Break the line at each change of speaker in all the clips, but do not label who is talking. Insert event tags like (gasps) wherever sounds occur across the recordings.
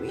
We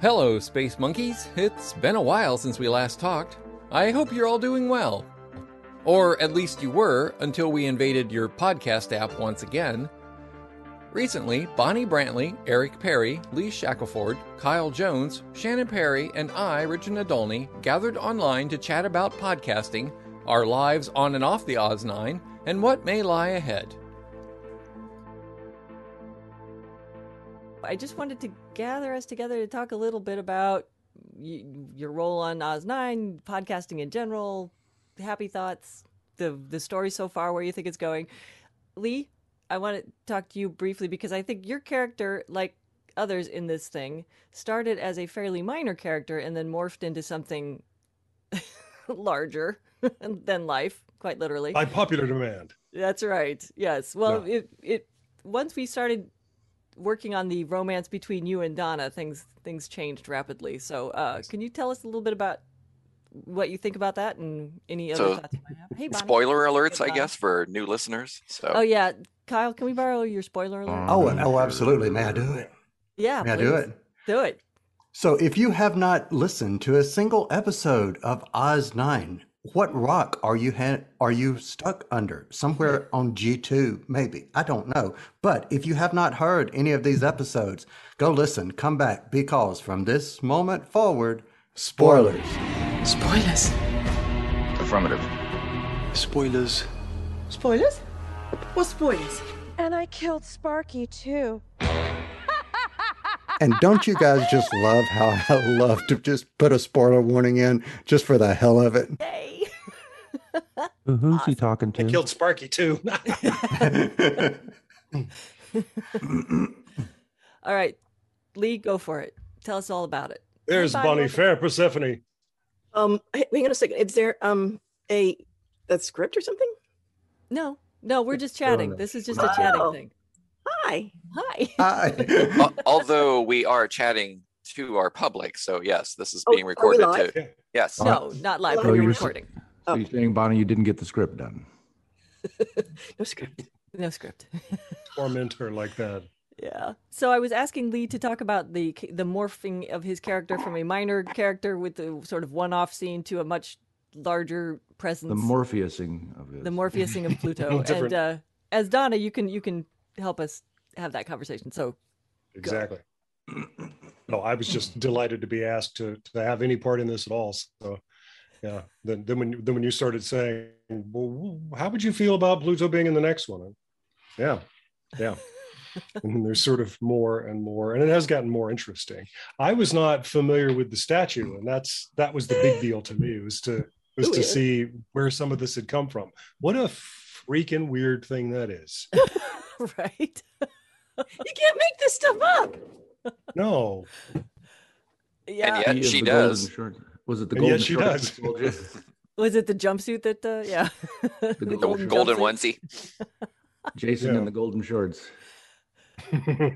Hello, Space Monkeys. It's been a while since we last talked. I hope you're all doing well. Or at least you were until we invaded your podcast app once again. Recently, Bonnie Brantley, Eric Perry, Lee Shackelford, Kyle Jones, Shannon Perry, and I, Richard Nadolny, gathered online to chat about podcasting, our lives on and off the Oz 9, and what may lie ahead.
I just wanted to gather us together to talk a little bit about y- your role on Oz Nine, podcasting in general, happy thoughts, the the story so far, where you think it's going. Lee, I want to talk to you briefly because I think your character, like others in this thing, started as a fairly minor character and then morphed into something (laughs) larger (laughs) than life, quite literally.
By popular demand.
That's right. Yes. Well, no. it it once we started working on the romance between you and Donna, things things changed rapidly. So, uh, can you tell us a little bit about what you think about that and any other so, thoughts you might have?
Hey, Bonnie. spoiler alerts, I guess, for new listeners. So,
oh yeah, Kyle, can we borrow your spoiler alert?
Oh, oh, absolutely. May I do it?
Yeah,
may please. I do it?
Do it.
So, if you have not listened to a single episode of Oz Nine, what rock are you ha- are you stuck under somewhere on G2 maybe I don't know but if you have not heard any of these episodes go listen come back because from this moment forward spoilers
spoilers
affirmative
spoilers
spoilers what spoilers
and I killed Sparky too
and don't you guys just love how I love to just put a spoiler warning in just for the hell of it?
Hey.
Who's awesome. he talking to?
They killed Sparky too.
all right, Lee, go for it. Tell us all about it.
There's Bye, Bonnie Fair Persephone.
Um, hang on a second. Is there um a that script or something?
No, no, we're just chatting. This is just a chatting oh. thing.
Hi.
Hi.
Hi.
Although we are chatting to our public, so yes, this is being oh, recorded too. Yes.
No, not live. So we're recording.
So oh. you're saying, Bonnie, you didn't get the script done?
no script.
No script.
Torment her like that.
Yeah. So I was asking Lee to talk about the the morphing of his character from a minor character with the sort of one-off scene to a much larger presence.
The Morpheusing of it.
The Morpheusing of
(laughs)
Pluto. and uh, as Donna, you can you can help us have that conversation. So
exactly. no, I was just delighted to be asked to to have any part in this at all. So yeah. Then then when then when you started saying, well, how would you feel about Pluto being in the next one? Yeah, yeah. and there's sort of more and more, and it has gotten more interesting. I was not familiar with the statue, and that's that was the big deal to me was to was to see where some of this had come from. What a freaking weird thing that is.
(laughs)
(laughs)
right?
you can't make this stuff up.
No.
Yeah.
And yet she does.
Was it the
And
golden
yet she
short-
does.
Was it the jumpsuit that? Uh,
(laughs)
yeah. (laughs) the
golden, golden onesie.
Jason in the golden shorts.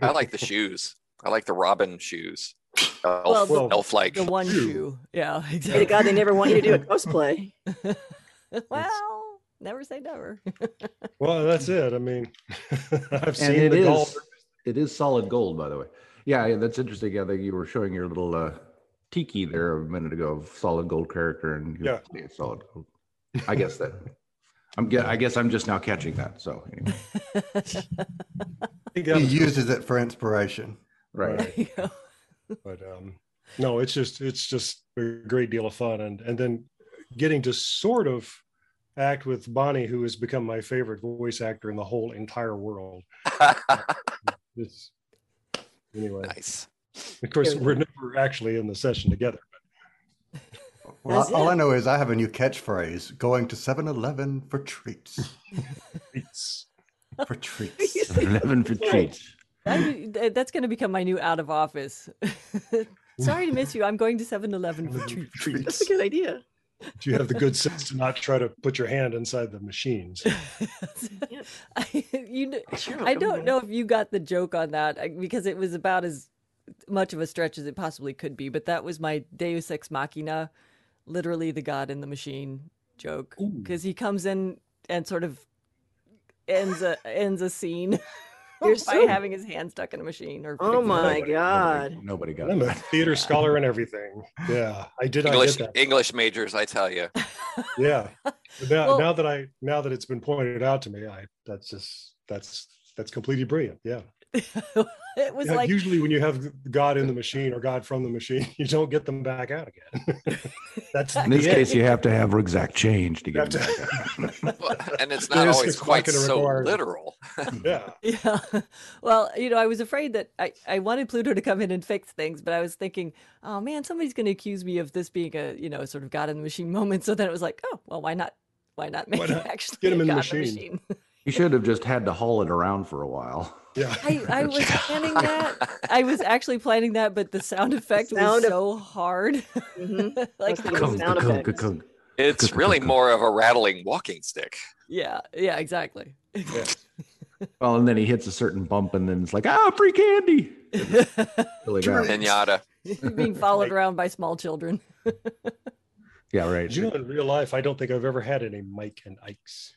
I like the shoes. I like the robin shoes. Elf,
Well, the-
elf like.
The one shoe. Yeah. (laughs)
Pray to God they never want you to do a cosplay.
well, never say never.
Well, that's it. I mean, I've
and
seen
it
the
is
gold.
it is solid gold, by the way. Yeah, yeah, that's interesting. I think you were showing your little uh, tiki there a minute ago of solid gold character, and you-
Yeah.
it's solid gold. I guess that. I'm. ge- I guess I'm just now catching that. So anyway.
(laughs) He uses it for inspiration.
Right. but um no it's just it's just a great deal of fun and and then getting to sort of act with bonnie who has become my favorite voice actor in the whole entire
(laughs)
world It's- anyway
nice
of course we're never actually in the session together
Well,
That's
all I
it.
know is I have a new catchphrase going to 7 Eleven for treats.
treats.
For treats.
7 Eleven for treats.
That'd be- th- that's going to become my new out of office. (laughs) Sorry to miss you. I'm going to 7 Eleven for treats.
That's a good idea.
do you have the good sense to not try to put your hand inside the
(laughs)
machines
(laughs) you
Oh,
kn- I don't know if you got the joke on that I- because it was about as much of a stretch as it possibly could be, but that was my Deus Ex Machina, literally the God in the machine joke, because he comes in and sort of ends a ends a
(laughs)
scene (laughs) by
so-
having his hand stuck in a machine. Or
Oh my
Nobody-
God.
Nobody got
i'm a theater scholar and everything yeah i did not
English
get that
English majors, I tell you.
yeah But now,
Well-
now that i now that it's been pointed out to me i that's just that's that's completely brilliant yeah
(laughs) It was
Yeah,
like
usually when you have God in the machine or God from the machine, (laughs) you don't get them back out again. That's
In this
the end.
case, you have to have exact change to
You have
get.
to-
them back up.
(laughs) and
(laughs)
it's
Yeah,
not
it's
always
just
quite
not gonna
so
require-
literal.
yeah.
(laughs) Yeah. Well, you know, I was afraid that I, I wanted Pluto to come in and fix things, but I was thinking, oh man, somebody's going to accuse me of this being a, you know, sort of God in the machine (laughs) moment. So then it was like, oh, well, why not? Why not make
Why
it
not?
actually
Get him
a
in the
God in the
machine.
(laughs)
machine?
You should have just had to haul it around for a while.
Yeah.
I,
(laughs)
I was planning that. I was actually planning that, but
(laughs)
the sound effect was
sound of-
so hard. like,
Must have been the sound effects.
It's really more of a rattling walking stick.
yeah, yeah, exactly. (laughs)
Well, and then he hits a certain bump, and then it's like, ah, free
(laughs)
candy. Really bad.
Pinata.
being followed around by small children.
Yeah, right.
You know, in real life, I don't think I've ever had any Mike and Ikes.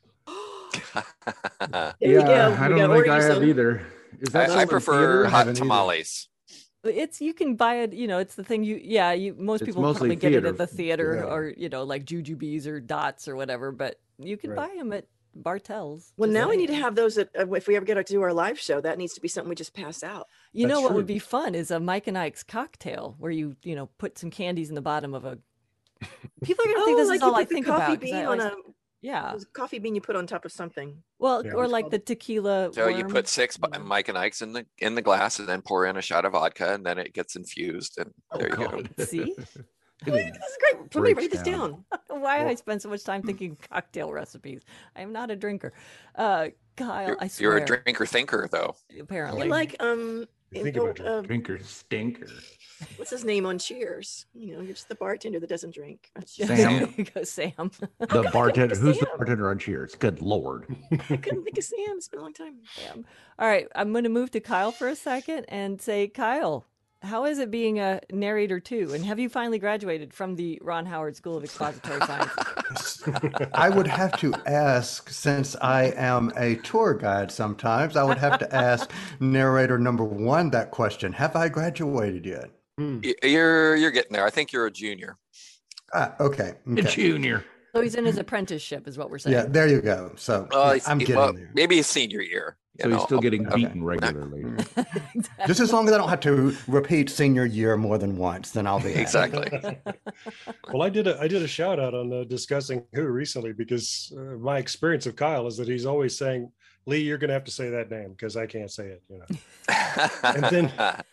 (laughs) There you go.
I
We gotta
don't think
order
I
you
have
some.
either. Is that
I, I
something
prefer
theater? I
hot
haven't either.
tamales.
It's you can buy it, you know, it's the thing you yeah, you most
It's
people
mostly
probably get it
theater,
at the theater
yeah.
or you know, like jujubes or dots or whatever, but you can buy 'em
Right.
buy them at Bartels.
Well,
just
now we
saying.
need to have those. At, uh, if we ever get to do our live show, that needs to be something we just pass out.
You know
That's
what
true.
would be fun is a Mike and Ike's cocktail where you, you know, put some candies in the bottom of a People are going to think this
Oh, like
is
you
all
put
I
the
think
coffee
about. 'cause
bean
I
on
always-
a
yeah.
there's a coffee bean you put on top of something.
Well,
Yeah,
or
it's
like the tequila
So you
worm.
put six bu- Mike and Ike's in the in the glass, and then pour in a shot of vodka, and then it gets infused, and
Oh,
there you go.
(laughs) See?
This is great. Somebody
Breaks
write this down.
Why I spend so much time
Mm.
thinking cocktail recipes. I am not a drinker. Uh Kyle, I swear.
You're a drinker thinker, though.
apparently.
You like um,
You think
oh,
about
uh,
Drinker stinker.
what's his name on Cheers? You know, you're just the bartender that doesn't drink. (laughs)
(laughs)
Sam.
(laughs) Go
(laughs)
Sam.
The bartender. Who's the bartender on Cheers? Good lord.
I couldn't think of Sam. It's been a long time.
Sam. All right, I'm going to move to Kyle for a second and say, Kyle, how is it being a narrator too? And have you finally graduated from the Ron Howard School of Expository
(laughs)
Science?
I would have to ask, since I am a tour guide sometimes, I would have to ask narrator number one that question Have I graduated yet?
Y- You're you're getting there. I think you're a junior.
Ah, okay.
A
okay.
junior.
So Oh, he's in his apprenticeship, is what we're saying. (laughs)
Yeah, there you go. So
Well, he's-
I'm
he-
getting
well,
there.
maybe his senior year. you
So he's
know.
still getting
Okay. Mm.
beaten regularly.
(laughs)
Just as long as I don't have to repeat senior year more than once, then I'll be
(laughs)
happy.
(laughs)
Exactly.
Well, I did a I did a shout out on uh, discussing who recently because uh, my experience of Kyle is that he's always saying Lee, you're gonna have to say that name because I can't say it, you know. (laughs) and then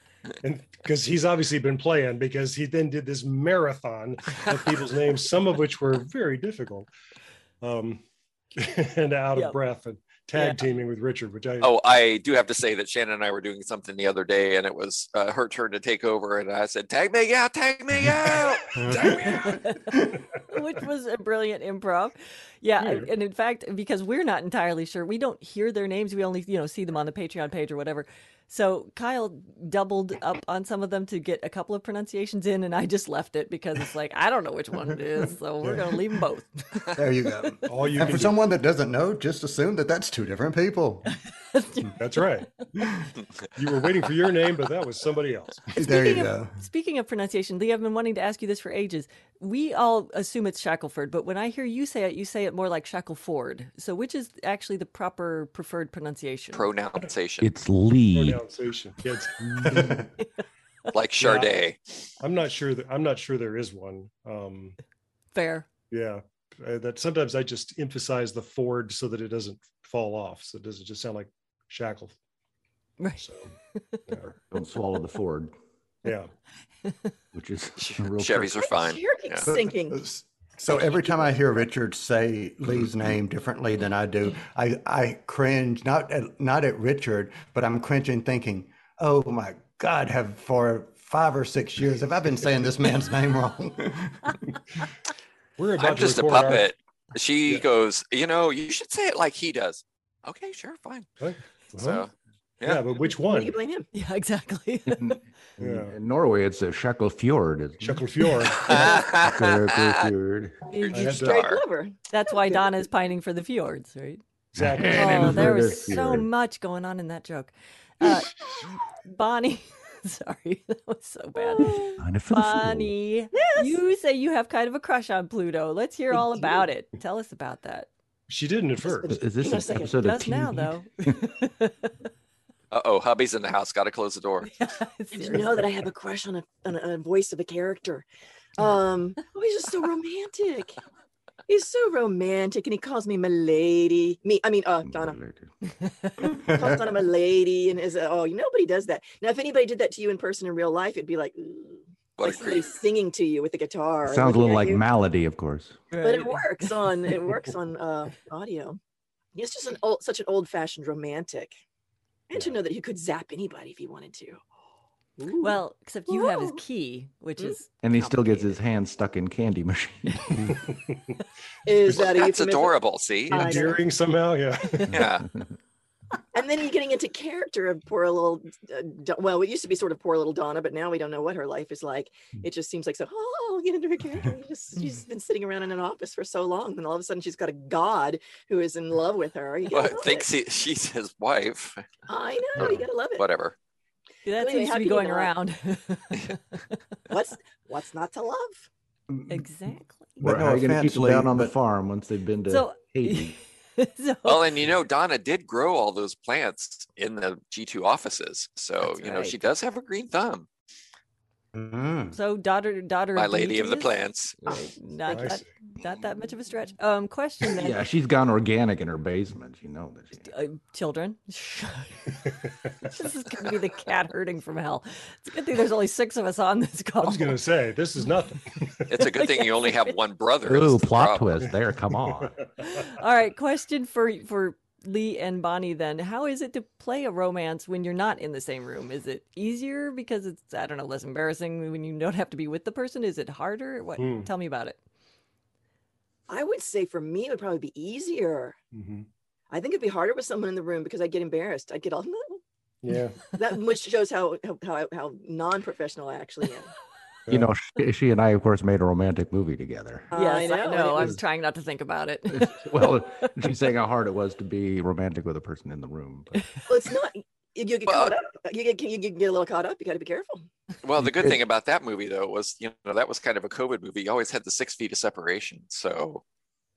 and because he's obviously been playing because he then did this marathon of
(laughs)
people's names, some of which were very difficult. Um (laughs) and out
Yep.
of breath and tag teaming with Richard, which I
Oh, I do have to say that Shannon and I were doing something the other day, and it was uh, her turn to take over, and I said, "Tag me out, tag me out."
which was a brilliant improv. Yeah, and- and in fact, because we're not entirely sure, we don't hear their names. We only you know see them on the Patreon page or whatever. So Kyle doubled up on some of them to get a couple of pronunciations in, and I just left it because it's like I don't know which one it
(laughs)
is, so we're gonna leave them both.
There you go.
All you
and
can
for
do.
someone that doesn't know, just assume that that's two different people.
that's right. You were waiting for your name, but that was somebody else.
(laughs) there you
Speaking
go.
of- Speaking of pronunciation, Lee, I've been wanting to ask you this for ages. We all assume it's Shackleford, but when I hear you say it,
(laughs)
you say it more like Shackleford. So, which is actually the proper preferred pronunciation?
Pronunciation.
It's Lee.
Pronunciation. Yeah, it's-
(laughs) like
Yeah,
Charday.
I'm not sure that I'm not sure there is one. Um,
Fair.
yeah, uh, that sometimes I just emphasize the Ford so that it doesn't fall off, so it doesn't just sound like shackle.
Right.
So,
Don't swallow the Ford,
yeah.
which is a real
Chevys are fine.
Cherokee
Yeah.
sinking.
So every time I hear Richard say Lee's name differently than I do, I, I cringe not at, not at Richard, but I'm cringing thinking, "Oh my God, have for five or six years have I been saying this man's name wrong?"
We're
I'm just a puppet. She goes, you know, you should say it like he does. Okay, sure, fine.
Huh?
So,
yeah. but which
Who do
one?
you blame him?
(laughs) Yeah, exactly.
(laughs) Yeah.
In Norway, it's a Shacklefjord. (laughs)
(laughs)
Shacklefjord.
Shacklefjord.
You-
I had
you-
to-
Very clever.
That's why Donna is pining for the fjords, right?
Exactly.
Oh, there was
Another
so
fjord.
much going on in that joke. Uh, Bonnie, (laughs) sorry, that was so bad.
Kind of
Bonnie, you say you have kind of a crush on Pluto. Let's hear all about it. Tell us about that.
She didn't at first.
Is this
Hang on a
an
second.
episode of
Just
Teen
now,
Heat?
though. (laughs)
uh oh, hubby's in the house. Got to close the door.
(laughs) Did you know that I have a crush on a, on a, a voice of a character? Um, oh, he's just so romantic. He's so romantic, and he calls me milady. Me, I mean, uh, Donna. calls Donna milady, and is uh, oh, nobody does that. Now, if anybody did that to you in person in real life, it'd be like, ooh,
What
like
a
somebody singing to you with a guitar. and
Sounds a
looking
little
at
like
you.
Malady, of course.
but it works on it
(laughs)
works on uh, audio. He's just an old, such an old-fashioned romantic, and to know that he could zap anybody if he wanted to. Ooh.
Well, except you have his key,
Hmm?
which is
And he still gets his hand stuck in candy
(laughs)
machine.
Is that a
That's
euphemism?
adorable. See?
(laughs)
I know.
Endearing somehow. Yeah.
Yeah.
(laughs) And then you're getting into character of poor little, uh, Do- well, it used to be sort of poor little Donna, but now we don't know what her life is like. It just seems like so. Oh, I'll get into her character. You
(laughs)
just, she's been sitting around in an office for so long, and all of a sudden she's got a god who is in love with her. You gotta
Well,
love
thinks
it.
he, she's his wife.
I know you gotta love it.
Whatever.
that
Anyway,
seems
how
to be
can you
going
not?
around.
What's what's not to love?
(laughs) exactly.
But
Where-
no
how are you going to
offense,
keep them
Lee,
down on the
but-
farm once they've been to
So-
Haiti?
(laughs) So-
Well, and you know, Donna did grow all those plants in the G2 offices. So,
That's
you know, she
right.
does have a green thumb.
Mm-hmm.
Mm.
So daughter, daughter,
My
of
lady of the
Demetrius?
plants.
Not
I
that,
see.
not that much of a stretch. Um, question then,
Yeah, she's gone organic in her basement. You know that. She,
uh, children. (laughs) this is going to be the cat herding from hell. It's a good thing there's only six of us on this
I
call.
was gonna say this is nothing.
(laughs) It's a good thing you only have one brother.
Ooh,
is the
plot
problem.
twist there. Come on.
(laughs) All right, question for for Lee and Bonnie then. How is it to play a romance when you're not in the same room? Is it easier because it's I don't know less embarrassing when you don't have to be with the person? Is it harder? What?
Hmm.
Tell me about it.
I would say for me, it would probably be easier.
Mm-hmm.
Mhm.
I think it'd be harder with someone in the room because I'd get embarrassed. I'd get all
Yeah.
(laughs) that, which shows how how how, how non-professional I actually am.
Yeah.
(laughs) You know, she, she and I, of course, made a romantic movie together.
Uh,
yes, I know. I
Uh, know, and it
am
was-
trying not to think about it.
well, she's saying how hard it was to be romantic with a person in the room. but-
Well, it's not. You you get caught up. You get you get a little caught up. You got to be careful.
Well, the good thing about that movie though was, you know, that was kind of a COVID movie. You always had the six feet of separation. So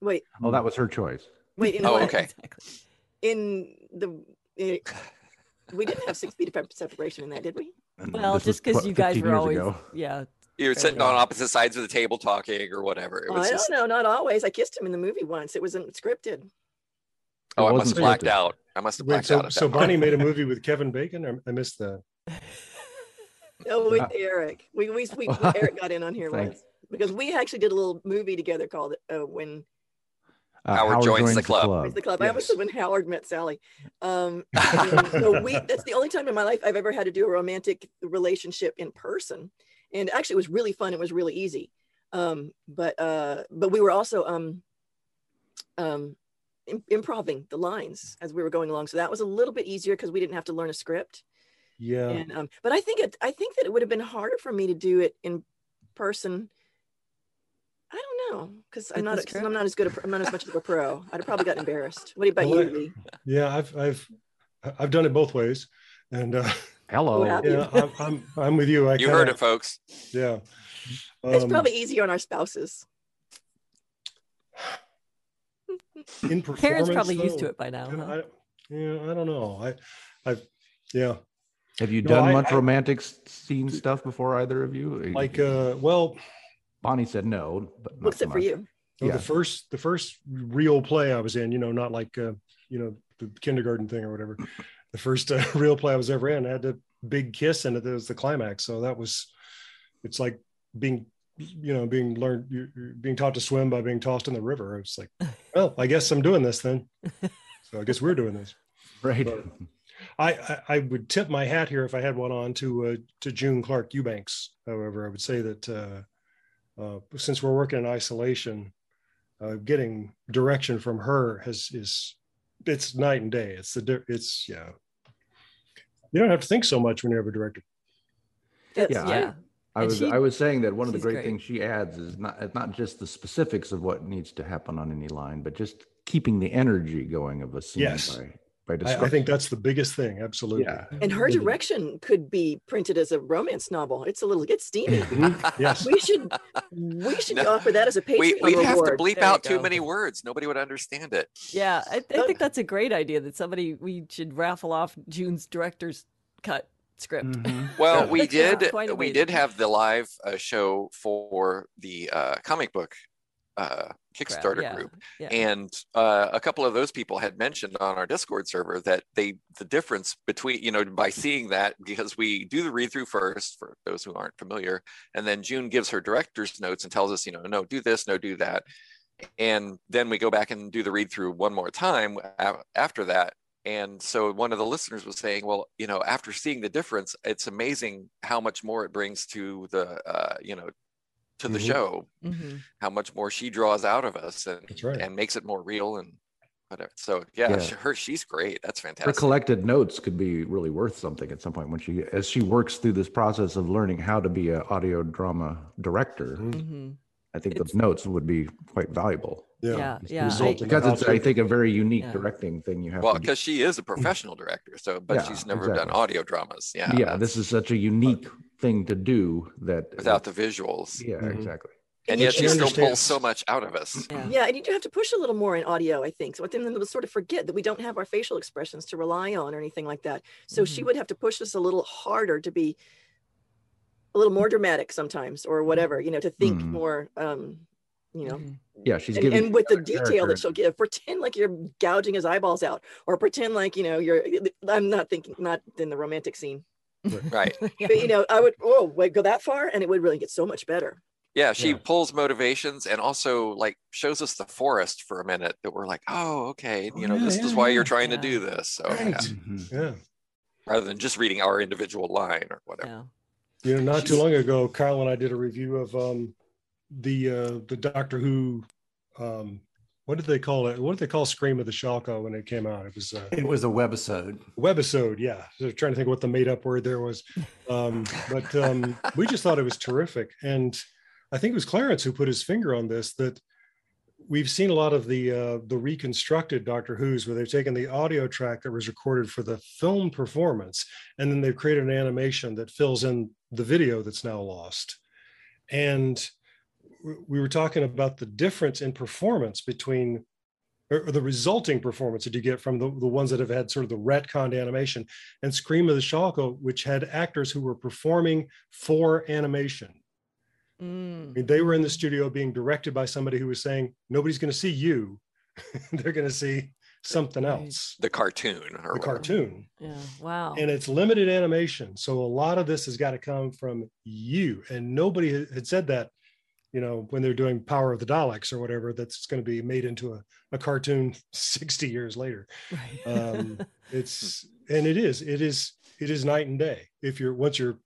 Wait,
Oh, that was her choice.
wait. In
Oh,
what?
okay.
In the eh, we didn't have six feet of pep- separation in that, did we?
And this
well,
was
just because
what,
you guys
15
were
years
always
ago.
yeah.
you were
Fair
sitting
enough.
on opposite sides of the table talking or whatever. It
I
was
don't
just
know. Not always. I kissed him in the movie once. It wasn't scripted.
Oh, I
wasn't
must have blacked
scripted.
out. I must have
Wait,
blacked
so,
out. at
so
that point.
Bonnie made a movie with Kevin Bacon? I- I missed that.
Oh, with
Ah.
Uh,
Eric. We, we,
(laughs)
we Eric got in on here
Thanks.
once because we actually did a little movie together called uh, When
Uh,
Howard joins the club.
It's the club. I almost said when Howard met Sally. Um, and so we, that's the only time in my life I've ever had to do a romantic relationship in person. And actually it was really fun. It was really easy. Um, but, uh, but we were also, um, um, im- improving the lines as we were going along. So that was a little bit easier because we didn't have to learn a script.
Yeah.
And, um, but I think it, I think that it would have been harder for me to do it in person. I don't know because I'm
With
not
the
a- 'cause I'm not as good a, pro- I'm not as much of a pro. I'd have probably gotten embarrassed. What about
Well,
you? Lee?
Yeah, I've I've I've done it both ways, and uh,
What happened?
yeah, I'm, I'm I'm with you. I
you heard it, folks.
Yeah,
it's
Um,
probably easier on our spouses.
in
Karen's
performance,
probably used
though,
to it by now.
you know,
huh?
I, yeah, I don't know. I I've yeah.
Have you
No,
done
I-
much
I-
romantic s- scene stuff before either of you?
Like, uh, well,
Bonnie said no, but not so
Except for
much.
you.
Well,
Yeah.
The first the first real play I was in, you know, not like uh, you know the kindergarten thing or whatever. The first uh, (laughs) real play I was ever in I had a big kiss in it. That was the climax. So that was, it's like being, you know, being learned, you're, you're being taught to swim by being tossed in the river. I was like, well, I guess I'm doing this
(laughs)
then. So I guess we're doing this.
Right.
But I, I I would tip my hat here if I had one on to uh, to June Clark Eubanks. However, I would say that uh, uh, since we're working in isolation, uh, getting direction from her has is it's night and day. It's the di- it's yeah. You don't have to think so much when you have a director.
yeah, I- I,
And
was
she-
I was saying that one of the
she's
great,
great.
things she adds is not it's not just the specifics of what needs to happen on any line, but just keeping the energy going of a scene.
Yes.
by, by
I, I
describing.
think that's the biggest thing. Absolutely.
Yeah.
And her direction could be printed as a romance novel. It's a little it's steamy.
yes.
we should we should offer that as a Patreon
We, we'd have to
reward.
bleep
There
out
you
too
go.
many words. Nobody would understand it.
Yeah, I, I think that's a great idea that somebody we should raffle off June's director's cut script.
Mm-hmm.
(laughs)
Well, we
That's not
did.
quite
Uh, We
amazing.
did have the live uh, show for the uh, comic book uh, Kickstarter
yeah,
group,
yeah.
and uh, a couple of those people had mentioned on our Discord server that they the difference between you know by seeing that because we do the read through first for those who aren't familiar, and then June gives her director's notes and tells us you know no do this no do that, and then we go back and do the read through one more time a- after that and so one of the listeners was saying well you know after seeing the difference it's amazing how much more it brings to the uh, you know to the
Mhm.
show
Mhm.
how much more she draws out of us and
That's right.
and makes it more real and whatever so yeah,
Yeah.
she- her she's great that's
her
fantastic
collected notes could be really worth something at some point when she as she works through this process of learning how to be an audio drama director.
Mhm.
I think those notes would be quite valuable.
Yeah.
Yeah,
It's the
yeah,
result
I-
of the
Because it's, I
output.
think, a very unique
Yeah.
directing thing you have
well
to do.
because she is a professional director so but
Yeah,
she's never done
exactly.
audio dramas yeah
Yeah, this is such a unique thing to do that
without the visuals
Yeah,
Mhm.
exactly.
and
But
yet
she
she still pulls
understands.
so much out of us
Yeah.
Yeah, and you do have to push a little more in audio, I think. So then they'll sort of forget that we don't have our facial expressions to rely on or anything like that. So she
Mm-hmm.
Mhm.
would have to push us a little harder to be a little more dramatic sometimes or whatever, you know, to think
Mhm.
more um, you know.
Yeah, she's
(laughs)
And,
giving
and with the
another
detail
character-
that she'll give, pretend like you're gouging his eyeballs out, or pretend like you know you're. I'm not thinking, not in the romantic scene,
right
but you know, I would. Oh, wait, go that far, and it would really get so much better.
Yeah, she
Yeah.
pulls motivations and also like shows us the forest for a minute that we're like, oh, okay,
Oh,
you know,
yeah,
this
yeah,
is why you're
yeah.
trying
Yeah.
to do this. So yeah,
Right.
Mm-hmm.
Yeah.
rather than just reading our individual line or whatever.
Yeah.
You know, not too long ago, Kyle and I did a review of um, the uh, the Doctor Who. Um, what did they call it? What did they call Scream of the Shalka when it came out? It was uh,
It was a webisode.
webisode. Yeah, so trying to think what the made up word there was, um, but
(laughs)
um, we just thought it was terrific. And I think it was Clarence who put his finger on this that we've seen a lot of the uh, the reconstructed Doctor Who's where they've taken the audio track that was recorded for the film performance and then they've created an animation that fills in the video that's now lost. And w- we were talking about the difference in performance between or or the resulting performance that you get from the, the ones that have had sort of the retconned animation and Scream of the Shalko, which had actors who were performing for animation. I
Mm.
mean, they were in the studio being directed by somebody who was saying, nobody's going to see you. (laughs) They're going to see something else.
Mm. The cartoon or
The
whatever.
cartoon.
Yeah. Wow. (laughs)
And it's limited animation. So a lot of this has got to come from you. And nobody had said that, you know, when they're doing Power of the Daleks or whatever, that's going to be made into a, a cartoon (laughs) 60 years later. Um, it's, and it is, it is, it is night and day. If you're, once you're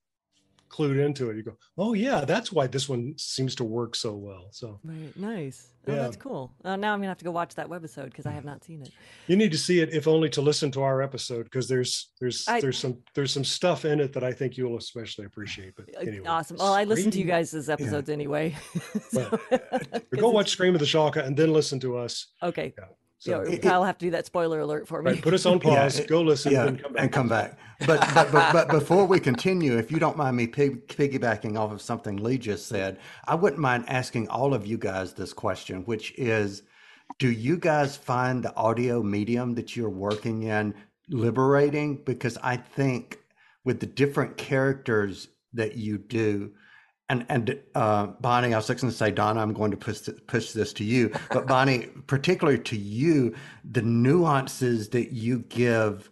clued into it, you go, oh, yeah, that's why this one seems to work so well. So
Right. Nice. Oh,
Yeah.
that's cool. Uh, now I'm gonna have to go watch that webisode because I have not seen it.
you need to see it if only to listen to our episode because there's there's
I-
there's some there's some stuff in it that I think you'll especially appreciate. But
Uh,
anyway.
Awesome. Well, I listen to you
Scream-
guys'
Yeah.
episodes anyway. (laughs)
(laughs) But go watch Scream of the Shalka and then listen to us.
okay.
so-
Yeah, Kyle have to do that spoiler alert for me.
Right,
(laughs)
put us on pause. go listen.
yeah,
then come back.
and come back. But, but but but before we continue, if you don't mind me pig, piggybacking off of something Lee just said, I wouldn't mind asking all of you guys this question, which is, do you guys find the audio medium that you're working in liberating? Because I think with the different characters that you do, and and uh, Bonnie, I was just going to say, Donna, I'm going to push th- push this to you, but Bonnie, particularly to you, the nuances that you give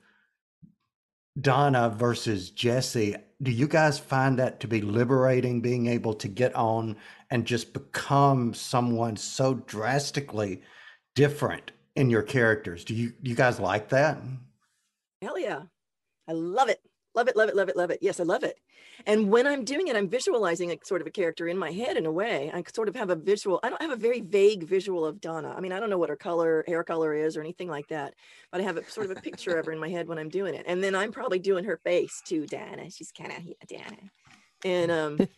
Donna versus Jesse. Do you guys find that to be liberating, being able to get on and just become someone so drastically different in your characters? Do you you guys like that?
Hell yeah. I love it. Love it, love it, love it, love it. Yes, I love it. And when I'm doing it, I'm visualizing a sort of a character in my head in a way. I sort of have a visual. I don't have a very vague visual of Donna. I mean, I don't know what her color, hair color is or anything like that, but I have a sort of a picture of her in my head when I'm doing it. And then I'm probably doing her face too, Donna. She's kind of yeah, Donna. And um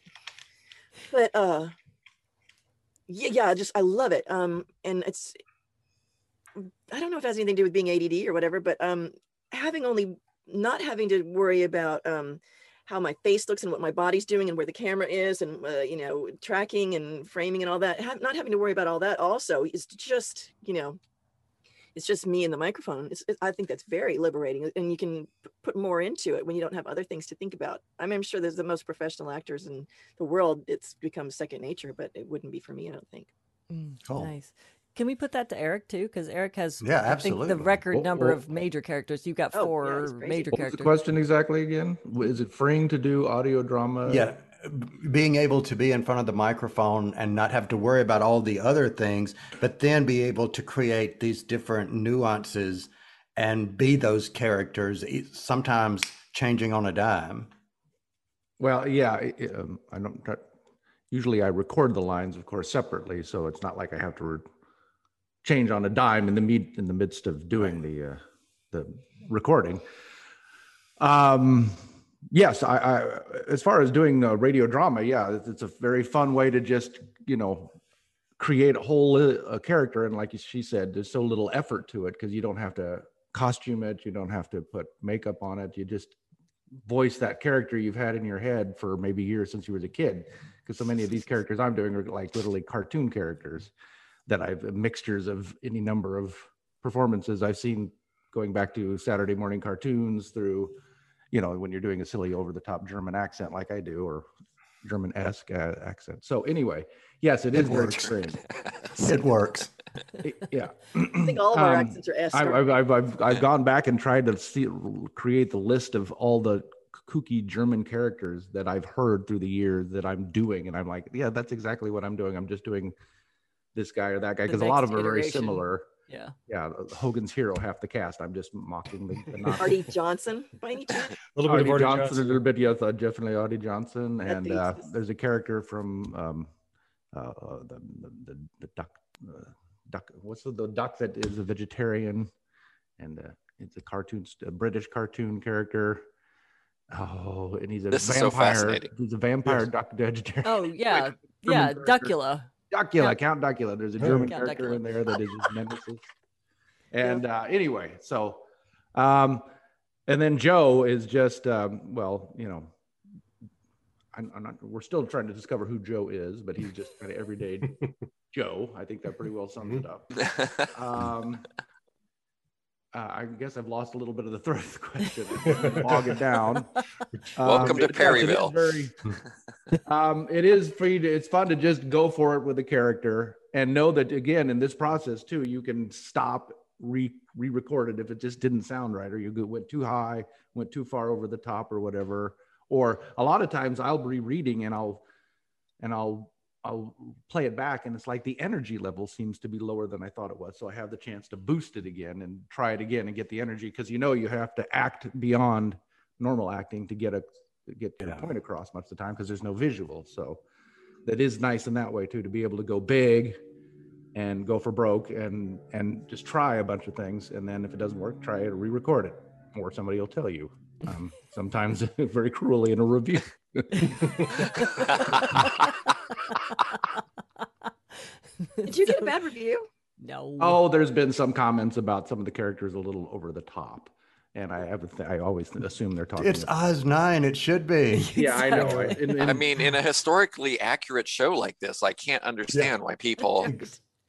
but uh yeah, yeah, I just I love it. Um and it's I don't know if it has anything to do with being ADD or whatever, but um, having only not having to worry about um, how my face looks and what my body's doing and where the camera is and uh, you know tracking and framing and all that, ha- not having to worry about all that also is just you know, it's just me and the microphone. It's, it, I think that's very liberating, and you can p- put more into it when you don't have other things to think about. I mean, I'm sure there's the most professional actors in the world. It's become second nature, but it wouldn't be for me, I don't think.
Cool.
Nice. Can we put that to Eric too? Because Eric has,
Yeah,
I think,
absolutely.
the record
Well,
number
well-
of major characters. You've got
Oh, yeah,
four
it's crazy.
major
What
characters.
The question exactly again? Is it freeing to do audio drama?
Yeah, being able to be in front of the microphone and not have to worry about all the other things, but then be able to create these different nuances and be those characters, e- sometimes changing on a dime.
Well, yeah, I- I- um, I don't. not- Usually, I record the lines, of course, separately, so it's not like I have to re- change on a dime in the meet in the midst of doing the uh, the recording. Um, yes, I, I as far as doing uh, radio drama, yeah, it's, it's a very fun way to just you know create a whole li- a character, and like she said, there's so little effort to it because you don't have to costume it, you don't have to put makeup on it, you just voice that character you've had in your head for maybe years since you was a kid because so many of these characters i'm doing are like literally cartoon characters that i've mixtures of any number of performances i've seen going back to saturday morning cartoons through you know when you're doing a silly over the top german accent like i do or german-esque uh, accent so anyway yes it
It
is very
works.
strange
It works.
yeah
I think all of our
Um,
accents are S.
I-
or-
I've, I've, I've, I've gone back and tried to see, create the list of all the kooky German characters that I've heard through the years that I'm doing. And I'm like, yeah, that's exactly what I'm doing. I'm just doing this guy or that guy
The
because a lot of
next
them are very
iteration.
similar.
Yeah.
Yeah. Hogan's Hero, half the cast. I'm just mocking the, the Nazi.
Artie Johnson by any chance?
A little bit of
Artie
Artie
Johnson,
Johnson.
a little bit, yes, uh, definitely Artie Johnson,
That
and
thing's
uh,
just-
there's a character from um, uh, uh, the, the, the, the duck, uh, duck. What's the, the duck that is a vegetarian, and uh, it's a cartoon, a British cartoon character. Oh, and he's a
This is so
vampire.
fascinating.
he's a (laughs) vampire
Yes.
duck vegetarian.
Oh yeah, yeah,
German character.
Duckula.
Duckula, Count Duckula. There's a
Oh.
German
Count
character
Duckula.
(laughs)
in there that is his nemesis. And uh, anyway, so, um, and then Joe is just, um, well, you know, I'm, I'm not, we're still trying to discover who Joe is, but he's just kind of everyday
(laughs)
Joe. I think that pretty well sums it up.
(laughs)
Um, uh, I guess I've lost a little bit of the thread of the
(laughs)
question. I'm Bog it down. Um,
Welcome to
it- yes, it is
Perryville.
very-
(laughs)
um, it is free to, it's fun to just go for it with a character and know that again in this process too you can stop re re-record it if it just didn't sound right or you go- went too high, went too far over the top or whatever. Or a lot of times I'll be reading and I'll and I'll I'll play it back and it's like the energy level seems to be lower than I thought it was. So I have the chance to boost it again and try it again and get the energy because you know you have to act beyond normal acting to get a get your point across much of the time because there's no visual. So that is nice in that way too to be able to go big and go for broke and and just try a bunch of things and then if it doesn't work try to re-record it or somebody will tell you um, sometimes very cruelly in a review
Did you get a bad review?
No.
oh there's been some comments about some of the characters a little over the top and i have a th- i always assume they're talking
It's Oz Nine. It should be.
Yeah, I know.
Exactly.
In- in-
I mean, in a historically accurate show like this, I can't understand why people.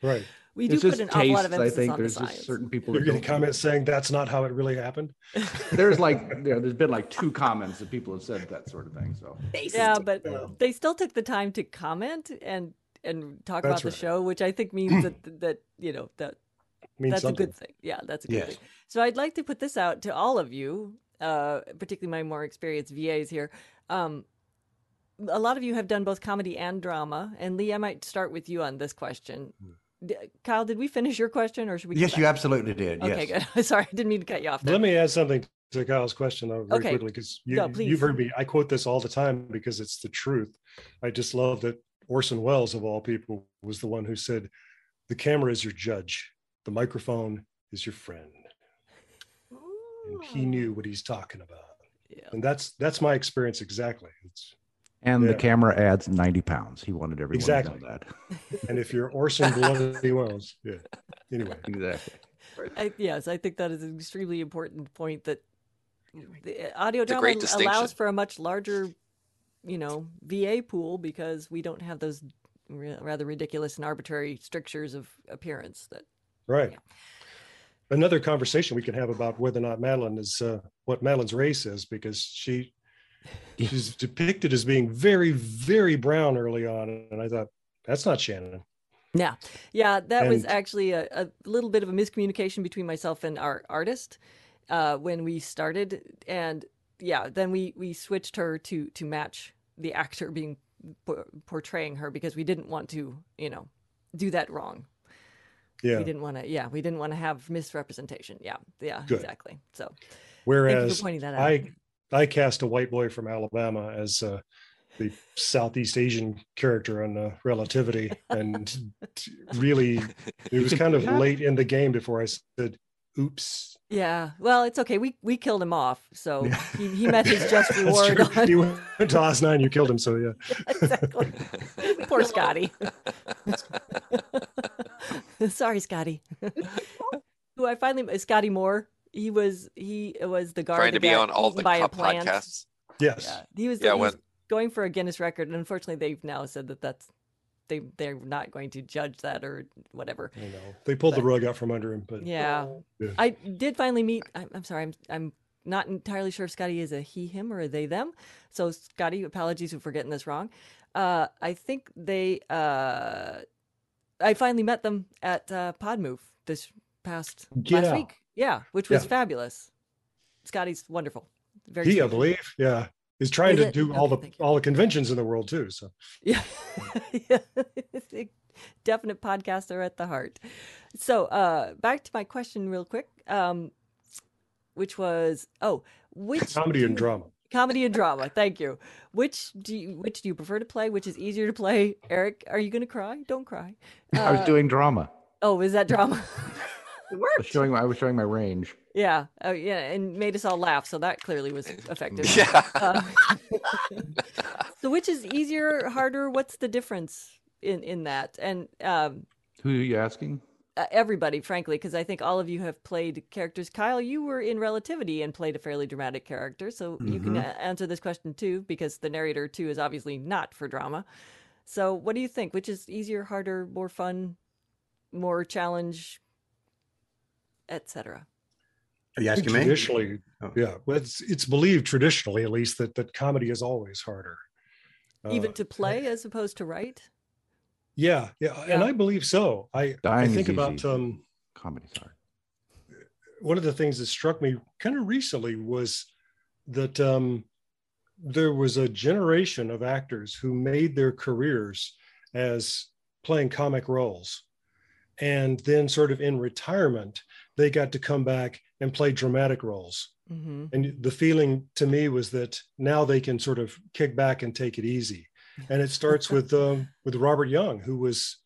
Right.
We do put an awful lot of emphasis on the
there's
science.
just certain people
You're
that
getting
don't-
comments saying that's not how it really
(laughs)
happened.
there's like you know, there's been like two comments that people have said that sort of thing so
yeah, but they still took the time to comment and and talk about
That's
the
right.
show, which I think means that that you know that
Means
that's a
something.
good thing. Yeah, that's a good
Yes.
thing. So I'd like to put this out to all of you, uh, particularly my more experienced VAs here. Um, a lot of you have done both comedy and drama, and Lee, I might start with you on this question. D- Kyle, did we finish your question, or should we? come
Hmm. Yes, you
back?
absolutely did. Yes.
Okay, good. (laughs) Sorry, I didn't mean to cut you off. There.
Let me add something to Kyle's question though, very
Okay.
quickly, because you,
No, please.
you've heard me. I quote this all the time because it's the truth. I just love that Orson Welles, of all people, was the one who said, "The camera is your judge, the microphone is your friend," and he knew what he's talking about. And that's that's my experience exactly. It's,
and
Yeah.
the camera adds 90 pounds he wanted everyone
Exactly.
to know that
and if you're Orson Bloody Welles, yeah. Anyway,
exactly.
I, yes, I think that is an extremely important point that the uh, audio
It's a
drama
great
allows
distinction.
for a much larger, you know, VA pool because we don't have those re- rather ridiculous and arbitrary strictures of appearance that
Right. Another conversation we can have about whether or not Madeline is uh, what Madeline's race is, because she she's depicted as being very, very brown early on, and I thought that's not Shannon.
Yeah, yeah, that was
And-
actually a, a little bit of a miscommunication between myself and our artist uh, when we started, and yeah, then we we switched her to to match the actor being por- portraying her because we didn't want to you know do that wrong.
Yeah.
we didn't want to. Yeah, we didn't want to have misrepresentation. Yeah, yeah,
Good.
exactly. So thank you
Whereas
for pointing that out.
I I cast a white boy from Alabama as uh, the Southeast Asian character on uh, Relativity, and really, it was kind of
Yeah.
late in the game before I said, "Oops."
yeah, well, it's okay. We we killed him off, so he, he met his just
(laughs)
reward.
That's true.
on-
You went to Oz nine, you killed him. So yeah,
(laughs)
(laughs)
exactly. Poor Scotty. (laughs) Sorry, Scotty. Who I finally uh, Scotty Moore. He was he was the guard
Trying to
that
be
got
on all
eaten
the
by a
top
plant.
podcasts.
Yes.
He was,
Yeah,
he was
when-
going for a Guinness record, and unfortunately, they've now said that that's they they're not going to judge that or whatever.
I know. they pulled the rug out from under him. But
Yeah,
Yeah.
I did finally meet. I'm, I'm sorry, I'm I'm not entirely sure if Scotty is a he, him, or a they, them. So Scotty, apologies for getting this wrong. Uh, I think they. Uh, I finally met them at uh, Podmove this past
Get
last
out.
week. Yeah, which was
Yeah.
fabulous. Scotty's wonderful. Very
he, I
sweet.
believe, yeah, is trying
Is
to
it?
do all the all the conventions in the world too. So
(laughs) yeah, A definite podcaster at the heart. So uh, back to my question real quick, um, which was oh, which
comedy
do
and
you-
drama.
comedy and drama. Thank you. Which do you, which do you prefer to play? Which is easier to play? Eric, are you going to cry? Don't cry.
i was
Uh,
doing drama
Oh, is that drama? (laughs)
I
was showing my, i was showing my range
yeah. Oh, yeah, and made us all laugh. So that clearly was effective. Yeah. (laughs) so which is easier, harder? What's the difference in in that? And um,
who are you asking
uh, everybody, frankly, because I think all of you have played characters. Kyle, you were in Relativity and played a fairly dramatic character, so you can
Mhm.
uh, answer this question too, because the narrator too is obviously not for drama. So, what do you think? Which is easier, harder, more fun, more challenge, etc.
Are you asking me? Oh.
traditionally, yeah, well, it's it's believed traditionally, at least, that that comedy is always harder. Uh,
Even to play as opposed to write.
yeah, yeah, and I believe so. I I
Dying is
think about
easy.
um
comedy's hard
one of the things that struck me kind of recently was that um, there was a generation of actors who made their careers as playing comic roles. And then, sort of in retirement, they got to come back and play dramatic roles.
Mm-hmm.
And the feeling to me was that now they can sort of kick back and take it easy. And it starts with
(laughs)
um, with Robert Young, who was,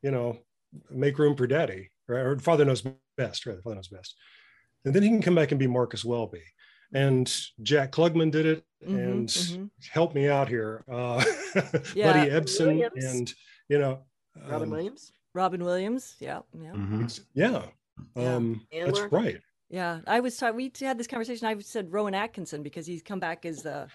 you know, make room for daddy, right? Or father knows best, (laughs) right? Father knows best. And then he can come back and be Marcus Welby. And Jack Klugman did it
Mhm,
and
mhm.
help me out here. Uh,
Yeah.
Buddy Ebsen
Williams.
and, you know, um,
Williams. Robin Williams. Yeah. Yeah.
Mm-hmm.
Yeah. Um, that's
Antler.
right.
Yeah. I was talking, we had this conversation. I said Rowan Atkinson because he's come back as the,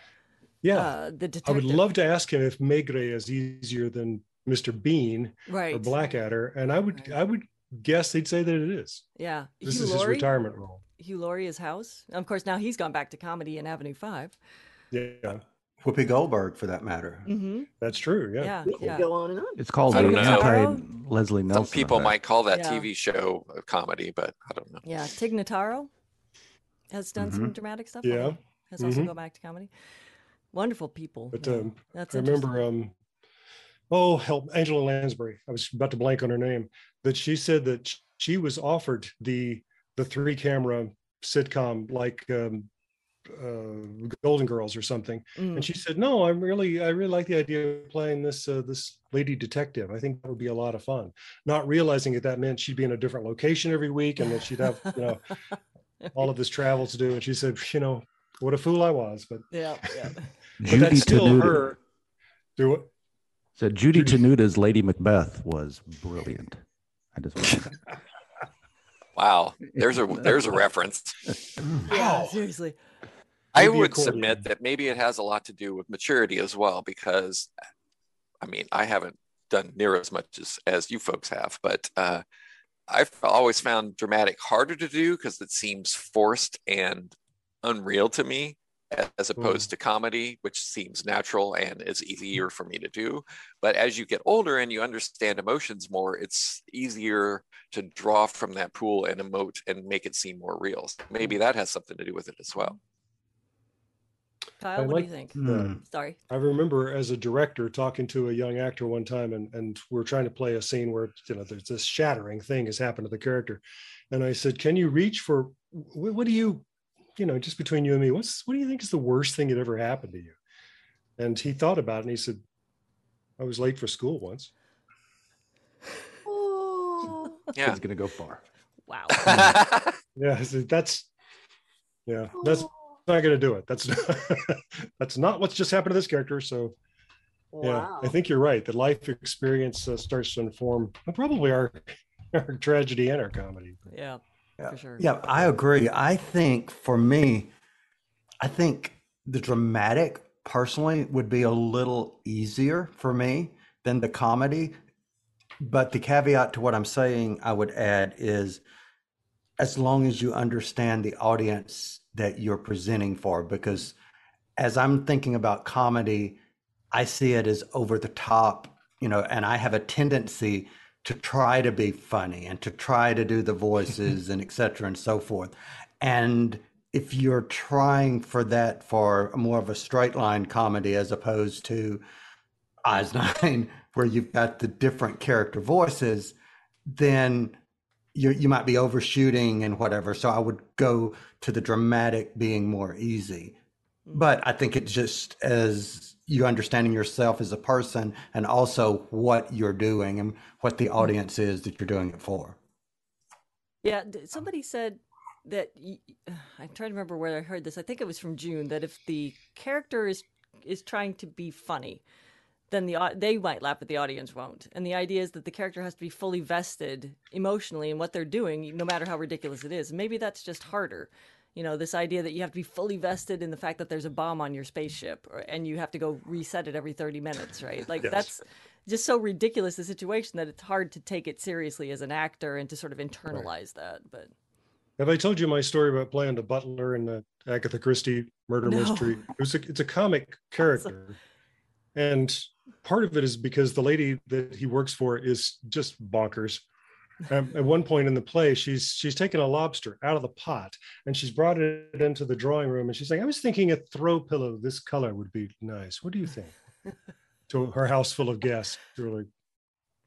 Yeah.
uh, the
I
detective.
would love to ask him if Maigret is easier than Mr. Bean or
Right.
Blackadder, and I would I would guess he'd say that it is.
Yeah.
This
Hugh
is his
Laurie?
retirement role.
Hugh Laurie's house. Of course, now he's gone back to comedy in Avenue 5.
Yeah.
Whoopi Goldberg, for that matter.
Mm-hmm.
That's true.
Yeah. Yeah.
go on and on.
It's called
I
the
don't know.
anti Leslie Nelson.
Some people
effect.
might call that
Yeah.
TV show a comedy, but I don't know.
Yeah. Tig Notaro has done some
Mhm.
dramatic stuff.
Mm-hmm. Yeah.
although Has also
Mhm.
gone back to comedy. Wonderful people.
But
Yeah.
um,
That's
I remember um, oh help Angela Lansbury. I was about to blank on her name, but she said that sh- she was offered the the three camera sitcom like um, uh, Golden Girls or something,
Mm.
and she said, "No, I'm really I really like the idea of playing this uh, this lady detective. I think that would be a lot of fun." Not realizing that that meant she'd be in a different location every week and that she'd have you know all of this travel to do. And she said, "You know." What a fool I was, but
(laughs) yeah, yeah.
but
Judy
that's still
Tenuta.
her. Do it.
So Judy Tenuta's Lady Macbeth was brilliant. I just want to
Wow,
(laughs)
there's a there's a reference.
Yeah, seriously.
I
Maybe a
would
quarter.
submit that maybe it has a lot to do with maturity as well, because I mean, I haven't done near as much as, as you folks have, but uh, I've always found dramatic harder to do because it seems forced and unreal to me, a- as opposed to comedy, which seems natural and is easier for me to do. But as you get older and you understand emotions more, it's easier to draw from that pool and emote and make it seem more real. So maybe that has something to do with it as well.
Kyle,
I
what
like
do you think?
the-
Sorry.
I remember as a director talking to a young actor one time, and and we're trying to play a scene where you know there's this shattering thing has happened to the character, and I said, "Can you reach for wh- what do you, you know, just between you and me, what's what do you think is the worst thing that ever happened to you?" And he thought about it, and he said, "I was late for school once."
Yeah.
It's going to go far.
Wow.
Yeah, I said, that's yeah, that's not going to do it. That's (laughs) that's not what's just happened to this character. So Yeah, I think you're right. The life experience uh, starts to inform probably our, (laughs) our tragedy and our comedy.
Yeah, for sure.
Yeah, I agree. I think for me, I think the dramatic personally would be a little easier for me than the comedy. But the caveat to what I'm saying, I would add, is as long as you understand the audience that you're presenting for, because as I'm thinking about comedy, I see it as over the top, you know, and I have a tendency to try to be funny and to try to do the voices and et cetera and so forth. And if you're trying for that for more of a straight line comedy as opposed to Eyes Nine, (laughs) where you've got the different character voices, then you you might be overshooting and whatever. So I would go to the dramatic being more easy. But I think it's just as you understanding yourself as a person and also what you're doing and what the audience is that you're doing it for.
Yeah, d- somebody said that y- (sighs) I'm trying to remember where I heard this. I think it was from June that if the character is is trying to be funny, then the au- they might laugh, but the audience won't. And the idea is that the character has to be fully vested emotionally in what they're doing, no matter how ridiculous it is. Maybe that's just harder. You know, this idea that you have to be fully vested in the fact that there's a bomb on your spaceship or, and you have to go reset it every 30 minutes, right? Like
Yes.
that's just so ridiculous the situation that it's hard to take it seriously as an actor and to sort of internalize that. But
Have I told you my story about playing the butler in the Agatha Christie murder
No. (laughs)
mystery? It was a, it's a comic character, and part of it is because the lady that he works for is just bonkers, Um, at one point in the play, she's she's taken a lobster out of the pot and she's brought it into the drawing room and she's saying, "I was thinking a throw pillow this color would be nice. What do you think?" to her house full of guests, they're like,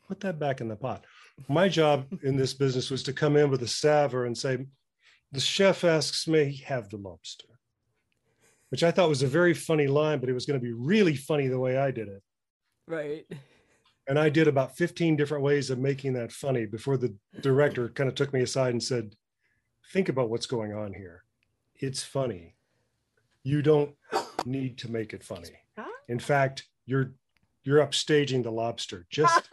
"Put that back in the pot." My job in this business was to come in with a saver and say, "The chef asks, may he have the lobster?" Which I thought was a very funny line, but it was going to be really funny the way I did it.
Right.
And I did about 15 different ways of making that funny before the director kind of took me aside and said, Think about what's going on here. It's funny. You don't need to make it funny. In fact, you're you're upstaging the lobster.
(laughs)
Just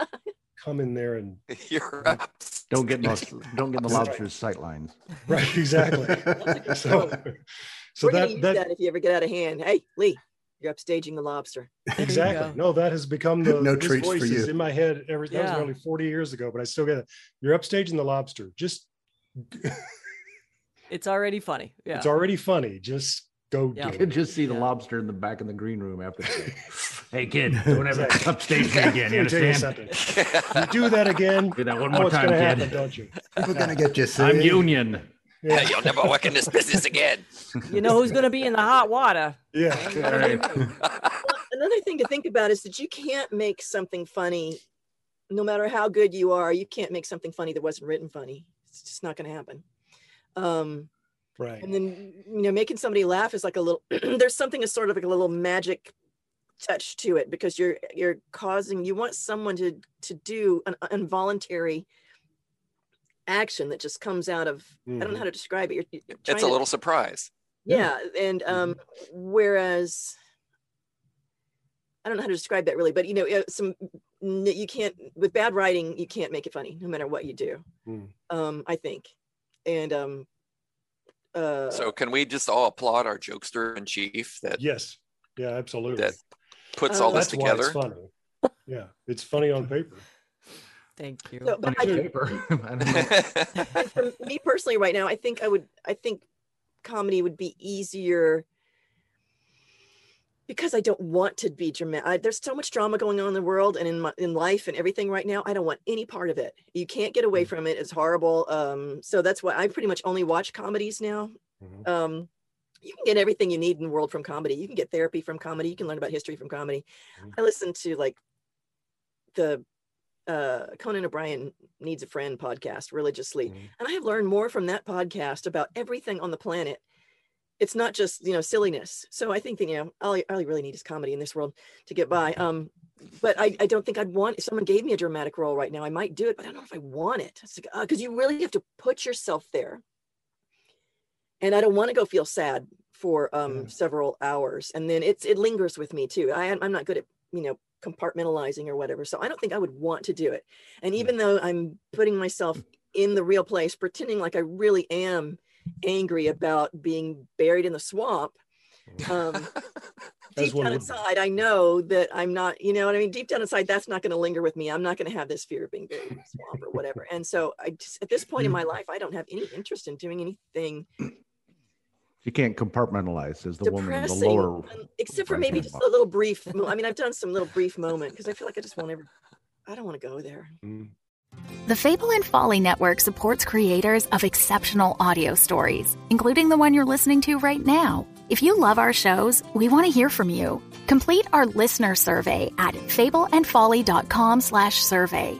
come in there and
you're up.
Don't get lost. Don't get the lobster's sight lines.
Right, exactly.
(laughs)
so so
We're gonna
that
use
that
that, if you ever get out of hand. Hey, Lee, you're upstaging the lobster.
(laughs) Exactly. No, that has become the
(laughs) No
this
treats for
voice is
you.
in my head. Every that was
Yeah.
nearly forty years ago, but I still get it. You're upstaging the lobster. Just
It's already funny. Yeah.
it's already funny. Just go
Yeah.
do
You
it.
could
just see the lobster in the back in the green room after. hey kid, don't ever upstage me again. You
Let me tell you
understand?
something. You do that
(laughs)
again.
Do that one
know
more
what's
time,
gonna
kid.
happen, don't
(laughs)
you?
People gonna get you.
I'm
see?
union.
Yeah, you'll never work in this business again.
You know who's going to be in the
(laughs)
hot water?
Yeah.
Another thing to think about is that you can't make something funny, no matter how good you are. You can't make something funny that wasn't written funny. It's just not going to happen. Um,
Right.
And then you know, making somebody laugh is like a little. (clears throat) there's something is sort of like a little magic touch to it because you're you're causing. You want someone to to do an involuntary action that just comes out of. I don't know how to describe it. You're, you're trying
It's a
to-
little surprise.
yeah and um whereas i don't know how to describe that really but you know uh, some n- you can't with bad writing you can't make it funny no matter what you do
Hmm.
um i think and um uh
So can we just all applaud our jokester in chief that
Yes. Yeah, absolutely.
That puts
Uh,
all this
That's why it's
together?
funny. Yeah. It's funny on paper.
Thank you.
So, but I do-
(laughs)
(laughs)
for me personally right now i think i would i think comedy would be easier because i don't want to be dramatic I, there's so much drama going on in the world and in my, in life and everything right now i don't want any part of it you can't get away from it it's horrible um, so that's why i pretty much only watch comedies now um, you can get everything you need in the world from comedy you can get therapy from comedy you can learn about history from comedy i listen to like the uh, Conan O'Brien Needs a Friend podcast religiously. And I have learned more from that podcast about everything on the planet. It's not just, you know, silliness. So I think that, you know, all I, all I really need is comedy in this world to get by. Um, but I, I don't think I'd want, if someone gave me a dramatic role right now, I might do it, but I don't know if I want it. It's like, because you really have to put yourself there. And I don't want to go feel sad for um, several hours. And then it's, it lingers with me too. I, I'm not good at, you know, compartmentalizing or whatever. So I don't think I would want to do it. And even though I'm putting myself in the real place, pretending like I really am angry about being buried in the swamp, um, deep
one
down
would be.
inside, I know that I'm not, you know what I mean? Deep down inside, that's not going to linger with me. I'm not going to have this fear of being buried in the swamp or whatever. And so I just, at this point in my life, I don't have any interest in doing anything
You can't compartmentalize as the woman in the
depressing,
lower.
um, except for
right
maybe
hand
just
box.
a little brief. mo- I mean, I've done some little brief moment because I feel like I just won't ever. I don't want to go there.
The Fable and Folly Network supports creators of exceptional audio stories, including the one you're listening to right now. If you love our shows, we want to hear from you. Complete our listener survey at fableandfolly.com/survey.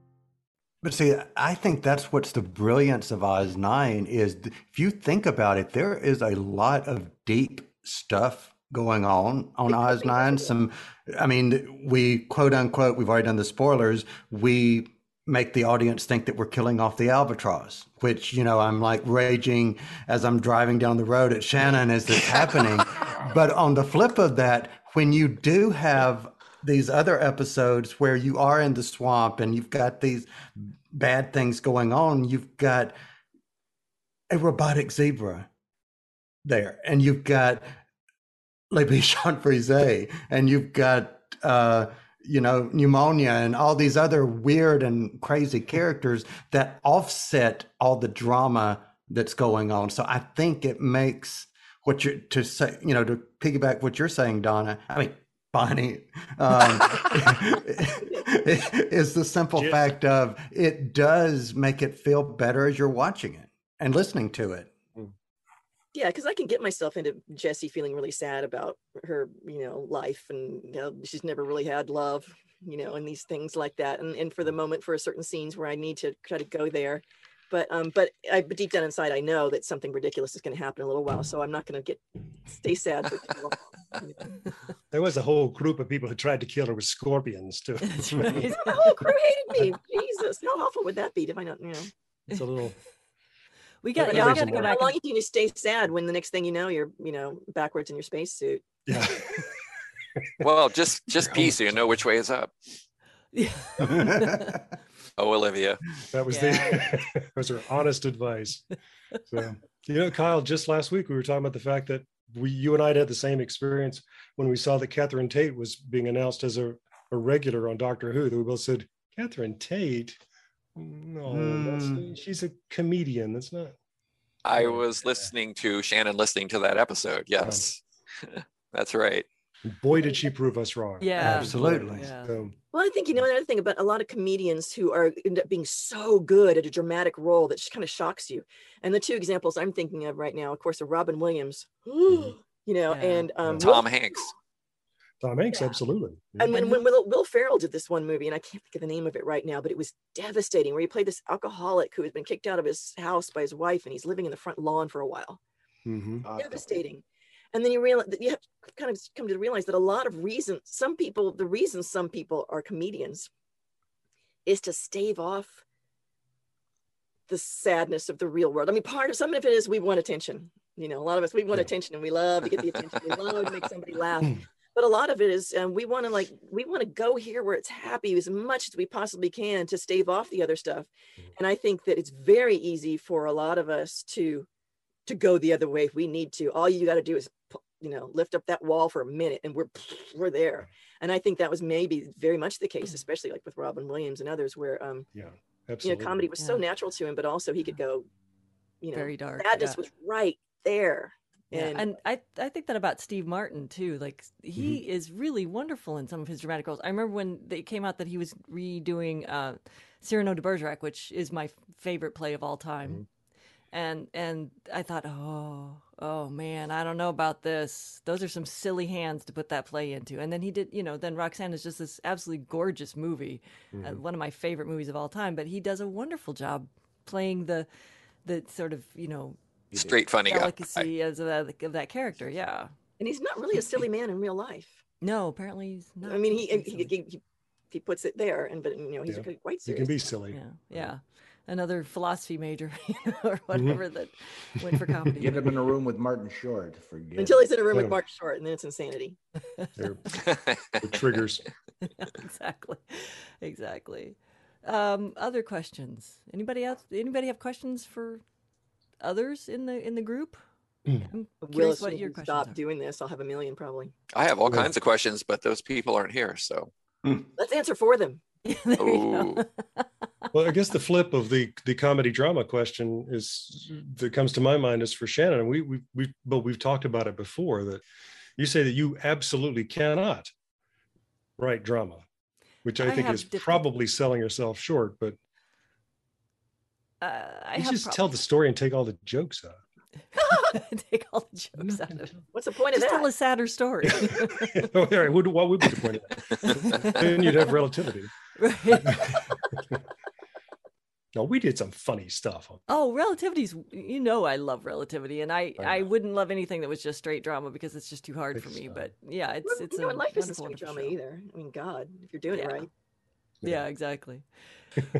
But see, I think that's what's the brilliance of Oz Nine is th- if you think about it, there is a lot of deep stuff going on on Oz Nine. Some, I mean, we quote unquote, we've already done the spoilers. We make the audience think that we're killing off the albatross, which you know I'm like raging as I'm driving down the road at Shannon as it's happening. but on the flip of that, when you do have these other episodes where you are in the swamp and you've got these bad things going on, you've got a robotic zebra there, and you've got Le Bichon Frise, and you've got uh, you know pneumonia, and all these other weird and crazy characters that
(laughs)
offset all the drama that's going on. So I think it makes what you to say, you know, to piggyback what you're saying, Donna. I mean, Bonnie, um, is the simple yeah. fact of it does make it feel better as you're watching it and listening to it.
Yeah, because I can get myself into Jesse feeling really sad about her, you know, life and you know, she's never really had love, you know, and these things like that. And and for the moment, for certain scenes where I need to try to go there, but um but i but deep down inside i know that something ridiculous is going to happen in a little while so i'm not going to get stay sad (laughs) for too long
there was a whole group of people who tried to kill her with scorpions
(laughs)
too
(laughs)
the whole crew hated me (laughs) jesus how awful would that be if i not you know
it's a little
we got y'all got to
(laughs)
go back
how long can you stay sad when the next thing you know you're you know backwards in your spacesuit (laughs)
yeah
well just just pee so you know which way is up
yeah
Oh, Olivia.
That was yeah. the that was her honest advice. So you know, Kyle, just last week we were talking about the fact that we you and I had the same experience when we saw that Catherine Tate was being announced as a, a regular on Doctor Who. That we both said, Catherine Tate? No,
Hmm.
mm. she's a comedian. That's not
I was listening to Shannon listening to that episode. Yes. (laughs) Um, that's right
boy did she prove us wrong
yeah
absolutely
yeah.
So, well i think you know another thing about a lot of comedians who are end up being so good at a dramatic role that just kind of shocks you and the two examples i'm thinking of right now of course are robin williams (gasps) you know yeah. and um,
Mm-hmm. tom will, hanks
tom hanks yeah. absolutely Mm-hmm.
and when, when will, will ferrell did this one movie and i can't think of the name of it right now but it was devastating where he played this alcoholic who has been kicked out of his house by his wife and he's living in the front lawn for a while
mm-hmm.
devastating and then you realize that you have kind of come to realize that a lot of reason some people the reason some people are comedians is to stave off the sadness of the real world i mean part of some of it is we want attention you know a lot of us we want yeah. attention and we love to get the attention we love to make somebody laugh but a lot of it is um, we want to like we want to go here where it's happy as much as we possibly can to stave off the other stuff and i think that it's very easy for a lot of us to to go the other way if we need to all you got to do is you know lift up that wall for a minute and we're (laughs) we're there and i think that was maybe very much the case especially like with robin williams and others where um
yeah
absolutely. you know comedy was yeah. so natural to him but also he could go you know
very dark
sadness yeah. was right there
yeah. And, and I, I think that about Steve Martin too. Like he mm-hmm. is really wonderful in some of his dramatic roles. I remember when it came out that he was redoing uh, Cyrano de Bergerac, which is my favorite play of all time. Mm-hmm and and I thought, oh, oh man, I don't know about this. Those are some silly hands to put that play into. And then he did, you know, then Roxanne is just this absolutely gorgeous movie, mm-hmm. uh, one of my favorite movies of all time. But he does a wonderful job playing the the sort of you know
straight funny
delicacy guy. As of that, of that character. Yeah,
and he's not really a silly man in real life.
No, apparently he's not.
I mean, he he, he, he, he puts it there, and but you know he's yeah. quite serious.
He can be silly.
Yeah. yeah another philosophy major (laughs) you know,
Mm-hmm.
or whatever that went
(laughs)
for comedy.
Get him in a room with Martin Short. Forget
Until he's in a room with Martin Short, and then it's insanity.
They're, they're triggers.
exactly, exactly. Um, other questions? Anybody else? Anybody have questions for others in the in the group?
I'm curious Will, what your questions stop are. doing this. I'll have a million probably.
I have all yeah. kinds of questions, but those people aren't here, so
Hmm.
let's answer for (laughs) them.
Yeah, oh.
well, I guess the flip of the the comedy drama question is that comes to my mind is for Shannon. We we we but we've talked about it before that you say that you absolutely cannot write drama, which I, I think is different... probably selling yourself short. But
uh, I
you just problems. tell the story and take all the jokes out.
(laughs) take all the jokes out of it.
What's the point
Just
of that?
Tell a
(laughs)
sadder story.
oh, yeah, what, what would be the point of
(laughs)
that? then you'd have relativity. Right. (laughs) no, we did some funny stuff.
Oh, relativity's you know I love relativity and I I, I wouldn't love anything that was just straight drama because it's just too hard it's, for me. Uh, but yeah, it's
well,
it's
you know, life isn't straight drama show. either. I mean God, if you're doing yeah. it right.
Yeah, yeah (laughs) exactly.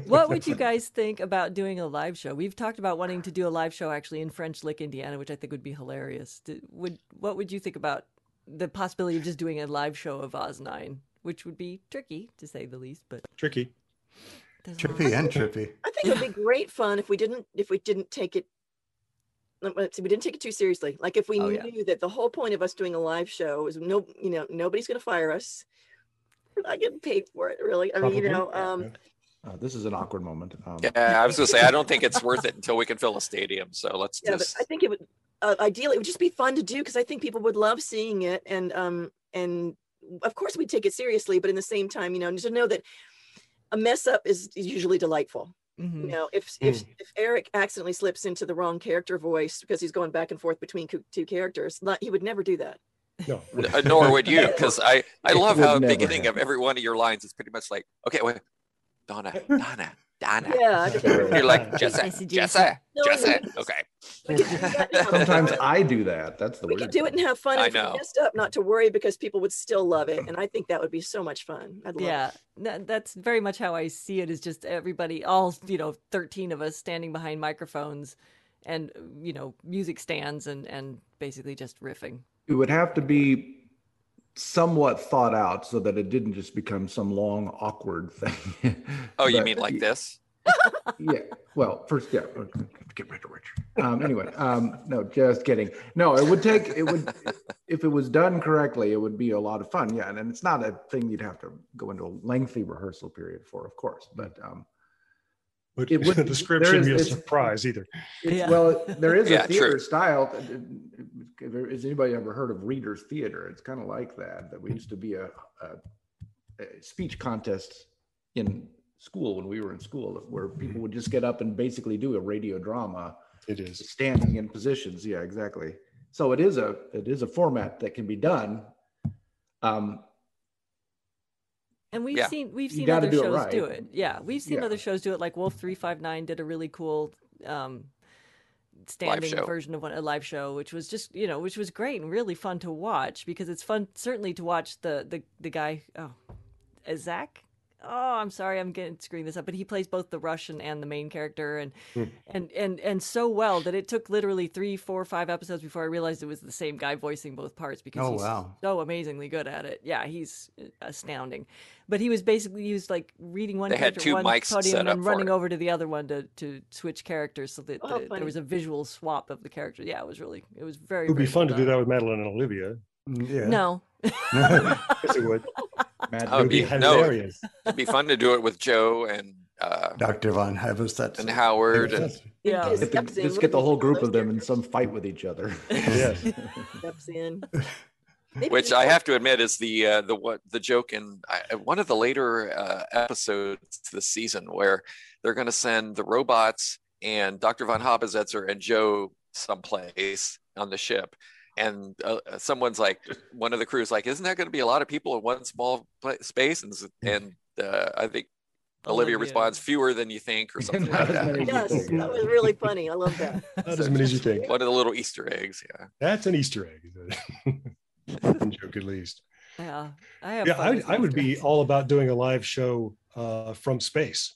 what would you guys think about doing a live show? We've talked about wanting to do a live show actually in French Lick, Indiana, which I think would be hilarious. Did, would what would you think about the possibility of just doing a live show of Oz Nine, which would be tricky to say the least, but
tricky,
trippy, and trippy.
I think it would be great fun if we didn't if we didn't take it let's see, we didn't take it too seriously. Like if
(laughs)
we
Oh,
knew
yeah.
that the whole point of us doing a live show is no, you know, nobody's going to fire us. We're not getting paid for it, really. I
Uh-huh.
mean, you know, um,
Uh, this is an awkward moment. Um,
Yeah, I was gonna say I don't think it's worth it until we can fill a stadium. So let's
yeah, but
just
I think it would uh, ideally it would just be fun to do because I think people would love seeing it, and um, and of course we take it seriously, but in the same time, you know, to know that a mess up is is usually delightful. You know, if if
Mm.
if Eric accidentally slips into the wrong character voice because he's going back and forth between co- two characters, like, he would never do that.
Uh, nor would you, because I I
It
love
would
how at the
never
beginning of every one of your lines is pretty much like, okay, wait, Donna, Donna, Donna.
Yeah, I just remember
You're like
that.
Jessa,
I suggest-
Jessa,
No,
Jessa. Okay.
(laughs)
Sometimes I do that. That's the
We
weird.
could do it and have fun.
I
and if we
know.
messed up, not to worry because people would still love it, and I think that would be so much fun. I'd love
yeah
it.
tha- that's very much how i see it is just everybody all you know 13 of us standing behind microphones and you know music stands and and basically just riffing
It would have to be somewhat thought out so that it didn't just become some long awkward thing.
Oh, you
But-
mean like this?
yeah. Well, first, yeah. okay, Get rid of Richard. Um, anyway, um, no, just kidding. No, it would take. It would, if it was done correctly, it would be a lot of fun. Yeah, and, and it's not a thing you'd have to go into a lengthy rehearsal period for, of course. But um,
But
It would-
the script
there
shouldn't
is-
be
it's-
a surprise either.
It's,
Yeah.
Well, there is
Yeah,
a
true.
theater style. Has anybody ever heard of Reader's Theater? It's kind of like that. That we used to be a, a, a speech contest in school when we were in school, where people would just get up and basically do a radio drama.
It is
standing in positions. Yeah, exactly. So it is a it is a format that can be done. Um,
and we've
Yeah.
seen we've
You
seen
gotta
other
do it
shows do
right.
it yeah we've seen
Yeah.
other shows do it like wolf 359 did a really cool um standing
show.
version of one, a live show which was just you know which was great and really fun to watch because it's fun certainly to watch the the, the guy oh uh, zach oh i'm sorry i'm getting screwing this up but he plays both the russian and the main character and
Hmm.
and and and so well that it took literally three four five episodes before i realized it was the same guy voicing both parts because
Oh,
he's
wow.
so amazingly good at it yeah he's astounding but he was basically he was like reading one
They had
character
two
one
mics
podium
set
and
up
then
for
running
it.
over to the other one to to switch characters so that
Oh,
the,
funny.
there was a visual swap of the character yeah it was really it was very
It would be
very well
fun to do
done.
that with Madeline and Olivia. Yeah.
no
yes, it would.
Oh,
It
it'd
would be
be- no.
hilarious.
(laughs) It'd be fun to do it with Joe and uh,
Dr. Von Havosets.
and Howard. And,
Yeah.
get
Because
the-
Steps in,
just
what
get
do
the
you
whole
call
group
those
of them in some fight with each other.
Yes.
Steps in.
which I have to admit is the uh, the what the joke in I, one of the later uh, episodes this season where they're going to send the robots and Dr. von Habesetzer and Joe someplace on the ship, and uh, uh, someone's like one of the crew's like, isn't that going to be a lot of people in one small pla space? And s- and uh, I think. Olivia,
Olivia.
responds fewer than you think, or something
Not
like
as
that.
many
Yes, that was really funny. I love that.
Not as many as you think.
One of the little Easter eggs, yeah.
That's an Easter egg. One joke at least.
yeah i have
yeah,
fun
I,
with
I would
Easter
be
eggs.
all about doing a live show uh, from space.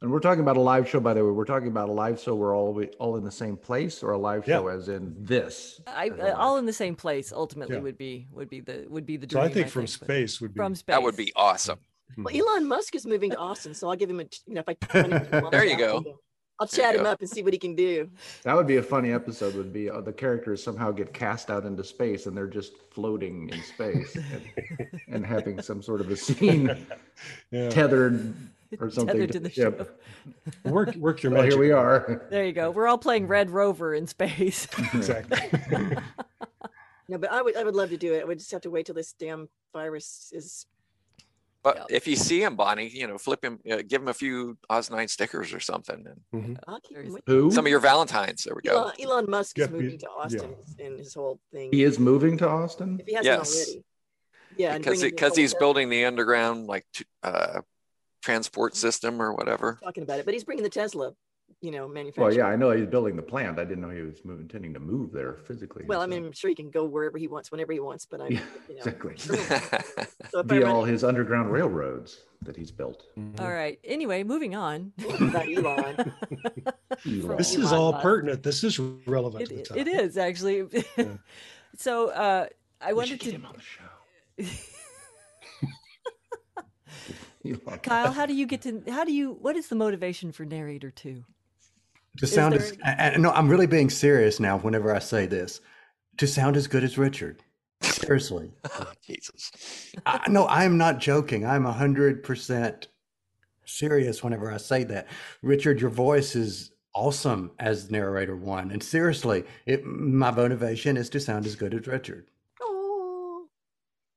And we're talking about a live show, by the way. We're talking about a live show. We're all all in the same place, or a live show as in this.
I,
as a
uh, all in the same place ultimately
Yeah.
would be would be the would be the
So
dream.
I think from
but-
space would be
from space.
That would be awesome.
Hmm.
Well, Elon Musk is moving to Austin, so I'll give him a you know if I run into him, I'll
There you
chat
go.
with him. I'll
There you
chat him
go.
up and see what he can do.
That would be a funny episode. Would be uh, the characters somehow get cast out into space and they're just floating in space and, and having some sort of a scene
Yeah.
tethered or something.
Tethered to the
ship.
show.
Work work your
Well,
magic.
here we are.
There you go. We're all playing Red Rover in space.
Exactly.
No, but I would I would love to do it. I would just have to wait till this damn virus is
But if you see him, Bonnie, you know, flip him, uh, give him a few Oz Nine stickers or something. And
I'll keep
There (laughs)
him
is-
with
Who?
Some of your Valentines. There we go.
Elon, Elon Musk
Yeah,
is
he-
moving to
yeah.
Austin and his whole thing.
He is moving to Austin.
if he hasn't
Yes.
already. Yeah, and
because
bringing
it,
his
because
whole
he's
network-
building the underground like t- uh, transport system or whatever. (laughs)
talking about it, but he's bringing the Tesla, you know, manufacturer.
Well, yeah, I know he's building the plant. I didn't know he was moving, intending to move there physically.
Well, I
himself.
mean, I'm sure he can go wherever he wants, whenever he wants, but I'm,
Yeah,
you know,
exactly.
so if I
Via
run
all his underground railroads that he's built.
all right. Anyway, moving on.
about
(laughs)
Elon,
Elon.
This is
Elon
all
Musk.
pertinent. This is relevant.
It,
to the
it
topic.
is actually. (laughs) so uh, I wanted to.
Elon.
(laughs) Kyle, how do you get to? How do you? What is the motivation for narrator two?
To sound as I- I- no, I'm really being serious now. Whenever I say this, to sound as good as Richard. Seriously,
Jesus.
I, no, I am not joking. I'm hundred percent serious whenever I say that. Richard, your voice is awesome as narrator one, and seriously, it, my motivation is to sound as good as Richard.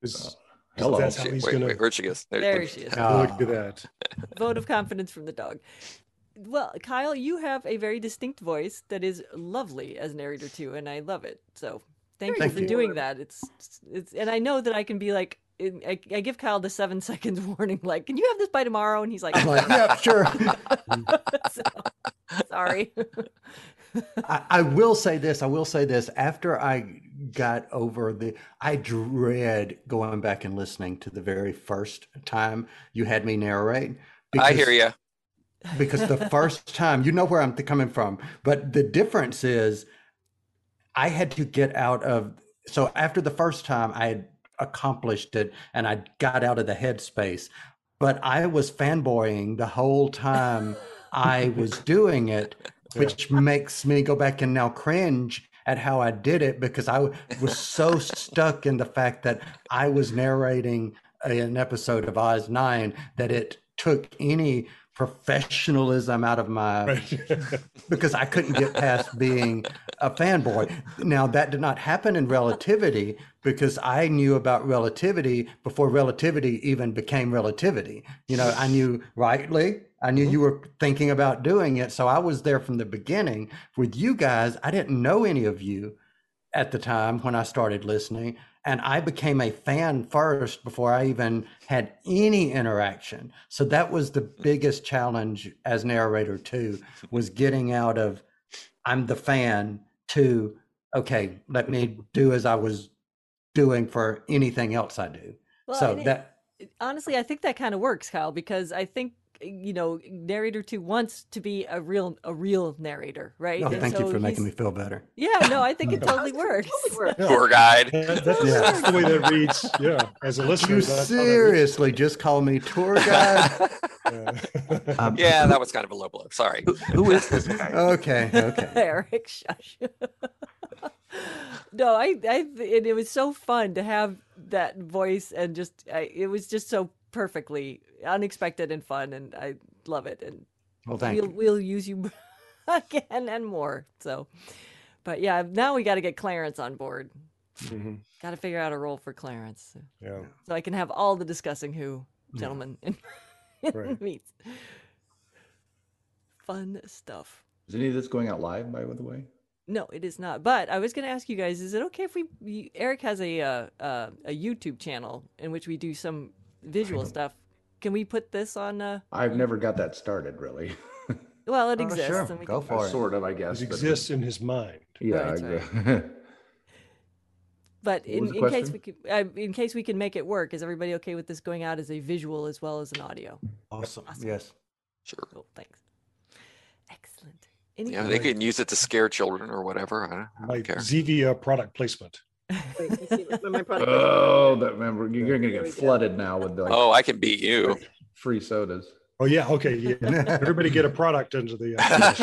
Is-
Hello.
That's how he's
wait,
gonna.
wait, where'd she go?
There she is.
Look at that.
Vote of confidence from the dog. Well, Kyle, you have a very distinct voice that is lovely as narrator too, and I love it. So thank,
Thank
you for
you.
doing that. It's it's, and I know that I can be like, I, I give Kyle the seven (laughs) seconds warning, like, can you have this by tomorrow? And he's like,
I'm like, yeah, sure.
(laughs) So, sorry.
I, I will say this. I will say this. After I got over the, I dread going back and listening to the very first time you had me narrate.
I hear you.
Because
(laughs)
the first time, you know where I'm th- coming from. But the difference is, I had to get out of. So after the first time, I had accomplished it and I got out of the headspace. But I was fanboying the whole time I was doing it, which makes me go back and now cringe at how I did it because I was so stuck in the fact that I was narrating an episode of Oz 9 that it took any professionalism out of my (laughs) because I couldn't get past being a fanboy. Now that did not happen in relativity because I knew about relativity before relativity even became relativity. You know,
(laughs)
I knew rightly. I
Mm-hmm.
knew you were thinking about doing it, so I was there from the beginning. With you guys, I didn't know any of you at the time when I started listening. And I became a fan first before I even had any interaction. So that was the biggest challenge as narrator too, was getting out of I'm the fan to okay, let me do as I was doing for anything else I do.
Well,
so
and it-
that
honestly, I think that kind of works, Kyle, because I think you know narrator two wants to be a real a real narrator, right?
oh,
And
thank you
so
for making
he's-
me feel better.
Yeah, no, I think
(laughs)
it (laughs) totally works.
Tour guide.
(laughs) That's, that's the way that reads. Yeah, as a listener.
You
that's how that
seriously just call me
(laughs)
tour guide?
Um, yeah, that was kind of a low blow. Sorry.
who is this guy? Okay, okay.
(laughs) Eric, shush. no, I, I, and it was so fun to have that voice, and just, I, it was just so perfectly unexpected and fun, and I love it. And
Well, thank
we'll,
you.
we'll use you (laughs) again and more. So, but yeah, now we got to get Clarence on board.
Mhm.
Got to figure out a role for Clarence,
Yeah.
so I can have all the discussing who
Yeah.
(laughs) gentlemen
Right.
meets. Fun stuff.
Is any of this going out live, by the way?
No, it is not. But I was going to ask you guys: Is it okay if we? you- Eric has a uh, uh, a YouTube channel in which we do some visual stuff. Can we put this on? Uh,
I've never got that started, really. (laughs)
well, it exists. and we can-
Sort of, I guess.
It
but-
exists in his mind.
Yeah.
Right,
(laughs)
I-
But
What was the
in, in case we
question?
could, uh, in case we can make it work, is everybody okay with this going out as a visual as well as an audio?
Awesome. Yes.
Sure.
Cool. Thanks. Excellent. Any
Yeah, they can use it to scare children or whatever. I don't, I
My
don't care.
Zevia product placement.
oh, that remember you're going to get flooded now with like
Oh, I can beat you.
free sodas.
Oh yeah. Okay. Yeah. Everybody get a product into the. Uh,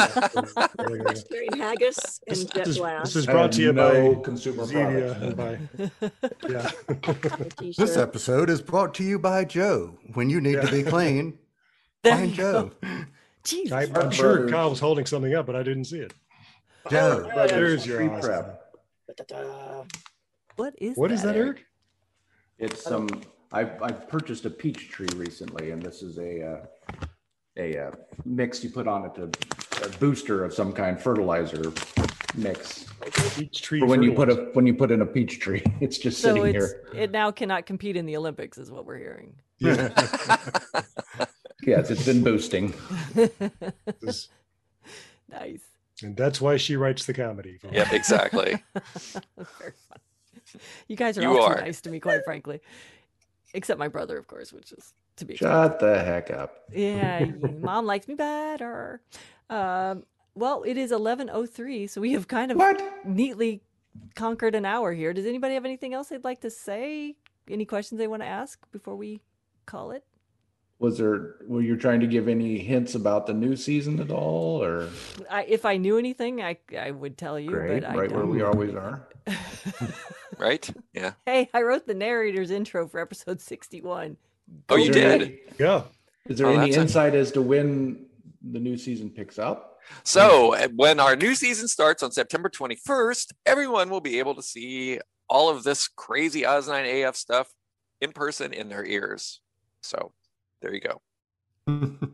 there you go.
Carrying haggis and jet
this, is-
blast.
this is brought to you by
consumer
Zevia
products.
and by
This episode is brought to you by Joe. When you need to be clean, find Joe.
Jesus.
I, am sure Kyle was holding something up, but I didn't see it.
Joe.
Right, there's your
Free
eyes.
prep.
What is
What is that, Eric?
It's some. I've I've purchased a peach tree recently, and this is a uh, a uh, mix you put on it to a booster of some kind, fertilizer mix.
Peach tree
For when you put a when you put in a peach tree, (laughs) it's just
So
sitting
it's
here.
it now cannot compete in the Olympics, is what we're hearing.
Yes, it's been boosting.
(laughs) nice.
And that's why she writes the comedy.
(laughs)
Yep, exactly.
Very fun. You guys are
You
all
are.
too nice to me, quite frankly. Except my brother, of course, which is to be.
Shut the heck up.
Yeah, mom likes me better. Um, well, it is eleven oh three, so we have kind of neatly conquered an hour here. Does anybody have anything else they'd like to say? Any questions they want to ask before we call it?
Was there were you trying to give any hints about the new season at all, or
I, if I knew anything, I I would tell you.
great,
but I
right where
don't.
we always are?
right? Yeah.
Hey, I wrote the narrator's intro for episode sixty-one.
Oh, you
Is there
did.
any-
Yeah.
Is there
Oh,
any
that's a-
insight as to when the new season picks up?
So, uh, when our new season starts on September 21st, everyone will be able to see all of this crazy Oz9 AF stuff in person in their ears. So, there you go.